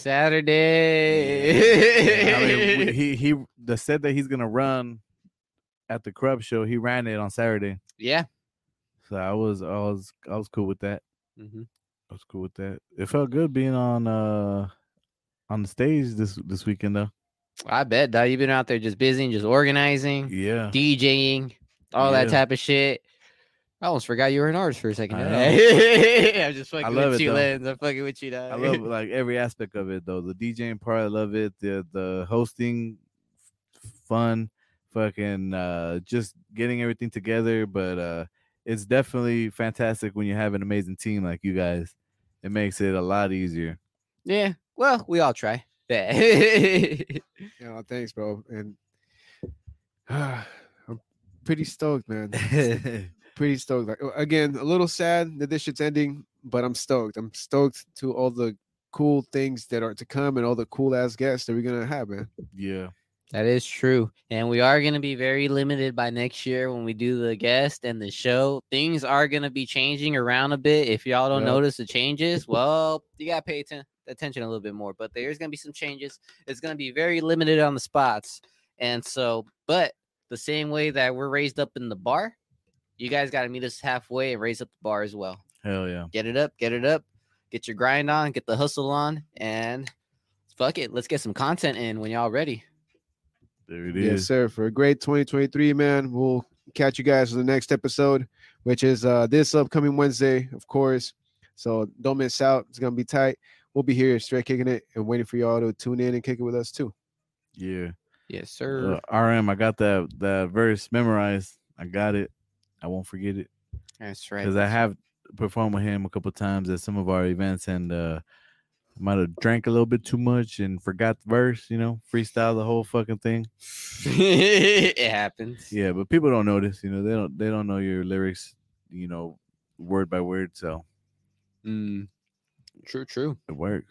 [SPEAKER 3] I mean,
[SPEAKER 5] Saturday.
[SPEAKER 3] we- he he the said that he's gonna run at the Crub show. He ran it on Saturday,
[SPEAKER 5] yeah.
[SPEAKER 3] so I was I was I was cool with that.
[SPEAKER 5] Mhm.
[SPEAKER 3] I was cool with that. It felt good being on uh on the stage this this weekend though.
[SPEAKER 5] I bet, dog. You've been out there just busy and just organizing,
[SPEAKER 3] Yeah,
[SPEAKER 5] DJing, all that
[SPEAKER 3] Yeah.
[SPEAKER 5] type of shit. I almost forgot you were an artist for a second.
[SPEAKER 3] I
[SPEAKER 5] I'm just fucking
[SPEAKER 3] love
[SPEAKER 5] with
[SPEAKER 3] it,
[SPEAKER 5] you,
[SPEAKER 3] though.
[SPEAKER 5] Lens. I'm fucking with you, dog.
[SPEAKER 3] I love like every aspect of it though. The DJing part, I love it. The the hosting, f- fun, fucking uh, just getting everything together. But uh, it's definitely fantastic when you have an amazing team like you guys. It makes it a lot easier.
[SPEAKER 5] Yeah. Well, we all try. Bet.
[SPEAKER 1] Yeah, no, thanks, bro. And I'm pretty stoked, man. pretty stoked. Like uh, again, a little sad that this shit's ending, but I'm stoked. I'm stoked to all the cool things that are to come and all the cool ass guests that we're gonna have, man.
[SPEAKER 3] yeah,
[SPEAKER 5] that is true. And we are going to be very limited by next year when we do the guest and the show. Things are going to be changing around a bit. If y'all don't
[SPEAKER 1] Yep.
[SPEAKER 5] notice the changes, well, you got to pay atten- attention a little bit more. But there's going to be some changes. It's going to be very limited on the spots. And so, but the same way that we're raised up in the bar, you guys got to meet us halfway and raise up the bar as well.
[SPEAKER 3] Hell yeah.
[SPEAKER 5] Get it up, get it up, get your grind on, get the hustle on, and fuck it. Let's get some content in when y'all ready.
[SPEAKER 3] There it
[SPEAKER 1] Yes,
[SPEAKER 3] is.
[SPEAKER 1] sir. For a great 2023, man. We'll catch you guys for the next episode, which is uh this upcoming Wednesday, of course. So don't miss out. It's gonna be tight. We'll be here straight kicking it and waiting for y'all to tune in and kick it with us too.
[SPEAKER 3] Yeah.
[SPEAKER 5] Yes,
[SPEAKER 3] Uh,
[SPEAKER 5] sir.
[SPEAKER 3] RM, I got that that verse memorized. I got it. I won't forget it
[SPEAKER 5] That's right.
[SPEAKER 3] because I have performed with him a couple times at some of our events, and uh, I might have drank a little bit too much and forgot the verse. You know, freestyle the whole fucking thing.
[SPEAKER 5] it happens.
[SPEAKER 3] Yeah, but people don't notice. You know, they don't they don't know your lyrics. You know, word by word. So
[SPEAKER 5] Mm, true, true.
[SPEAKER 3] it works.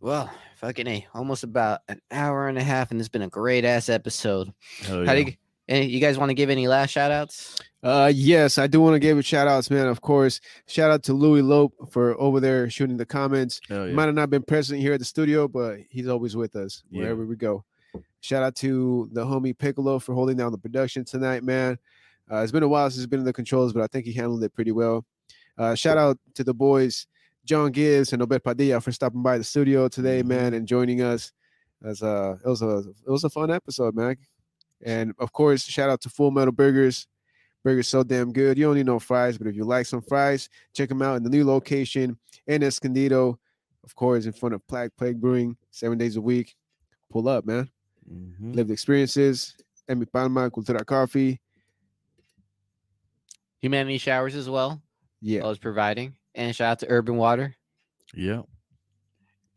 [SPEAKER 5] Well, fucking a, almost about an hour and a half, and it's been a great ass episode.
[SPEAKER 3] Hell
[SPEAKER 1] Oh,
[SPEAKER 5] How do
[SPEAKER 3] yeah.
[SPEAKER 5] you, eh, you guys want to give any last shout outs?
[SPEAKER 1] Uh yes, I do want to give a shout outs, man. Of course, shout out to Louis Lope for over there shooting the comments.
[SPEAKER 3] Hell
[SPEAKER 1] He
[SPEAKER 3] yeah.
[SPEAKER 1] Might have not been present here at the studio, but he's always with us
[SPEAKER 3] Yeah.
[SPEAKER 1] wherever we go. Shout out to the homie Piccolo for holding down the production tonight, man. Uh, it's been a while since he's been in the controls, but I think he handled it pretty well. Uh, shout out to the boys, John Gibbs and Obed Padilla for stopping by the studio today, man, and joining us. As uh, it was a it was a fun episode, man. And of course, shout out to Full Metal Burgers. Burgers so damn good. You don't need no fries, but if you like some fries, check them out in the new location in Escondido of course, in front of Plague Plague Brewing, seven days a week. Pull up, man.
[SPEAKER 3] Mhm.
[SPEAKER 1] Lived experiences. Emi Palma, Cultura Coffee.
[SPEAKER 5] Humanity Showers as well,
[SPEAKER 1] Yeah.
[SPEAKER 5] I was providing. And shout out to Urban Water.
[SPEAKER 3] Yeah.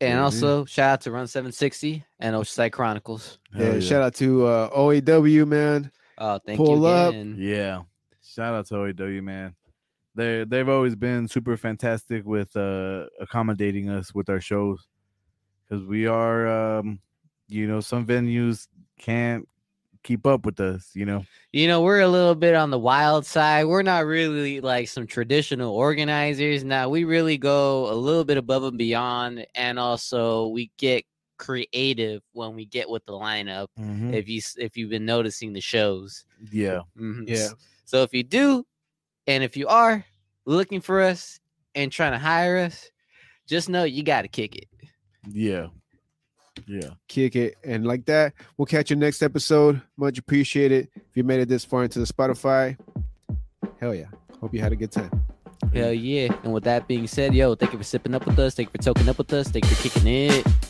[SPEAKER 5] And
[SPEAKER 3] Mhm.
[SPEAKER 1] Mm-hmm.
[SPEAKER 5] also shout out to Run 760 and Oceanside Chronicles.
[SPEAKER 1] yeah,
[SPEAKER 3] Hell
[SPEAKER 1] Shout out to uh, OAW, man.
[SPEAKER 5] Oh, thank
[SPEAKER 1] Pull
[SPEAKER 5] you
[SPEAKER 1] up.
[SPEAKER 5] again.
[SPEAKER 3] Yeah. Shout out to OAW, man. They they've always been super fantastic with uh accommodating us with our shows. Cause we are um, you know, some venues can't keep up with us, you know.
[SPEAKER 5] You know, we're a little bit on the wild side. We're not really like some traditional organizers. Now, we really go a little bit above and beyond. And also, we get creative when we get with the lineup.
[SPEAKER 3] Mm.
[SPEAKER 5] If you s- if you've been noticing the shows,
[SPEAKER 3] Yeah.
[SPEAKER 5] Mhm.
[SPEAKER 1] Yeah.
[SPEAKER 5] So if you do, and if you are looking for us and trying to hire us, just know you got to kick it.
[SPEAKER 3] Yeah. Yeah.
[SPEAKER 1] Kick it. And like that, we'll catch you next episode. Much appreciated. If you made it this far into the Spotify, hell yeah. Hope you had a good time.
[SPEAKER 5] Hell yeah. And with that being said, yo, thank you for sipping up with us. Thank you for toking up with us. Thank you for kicking it.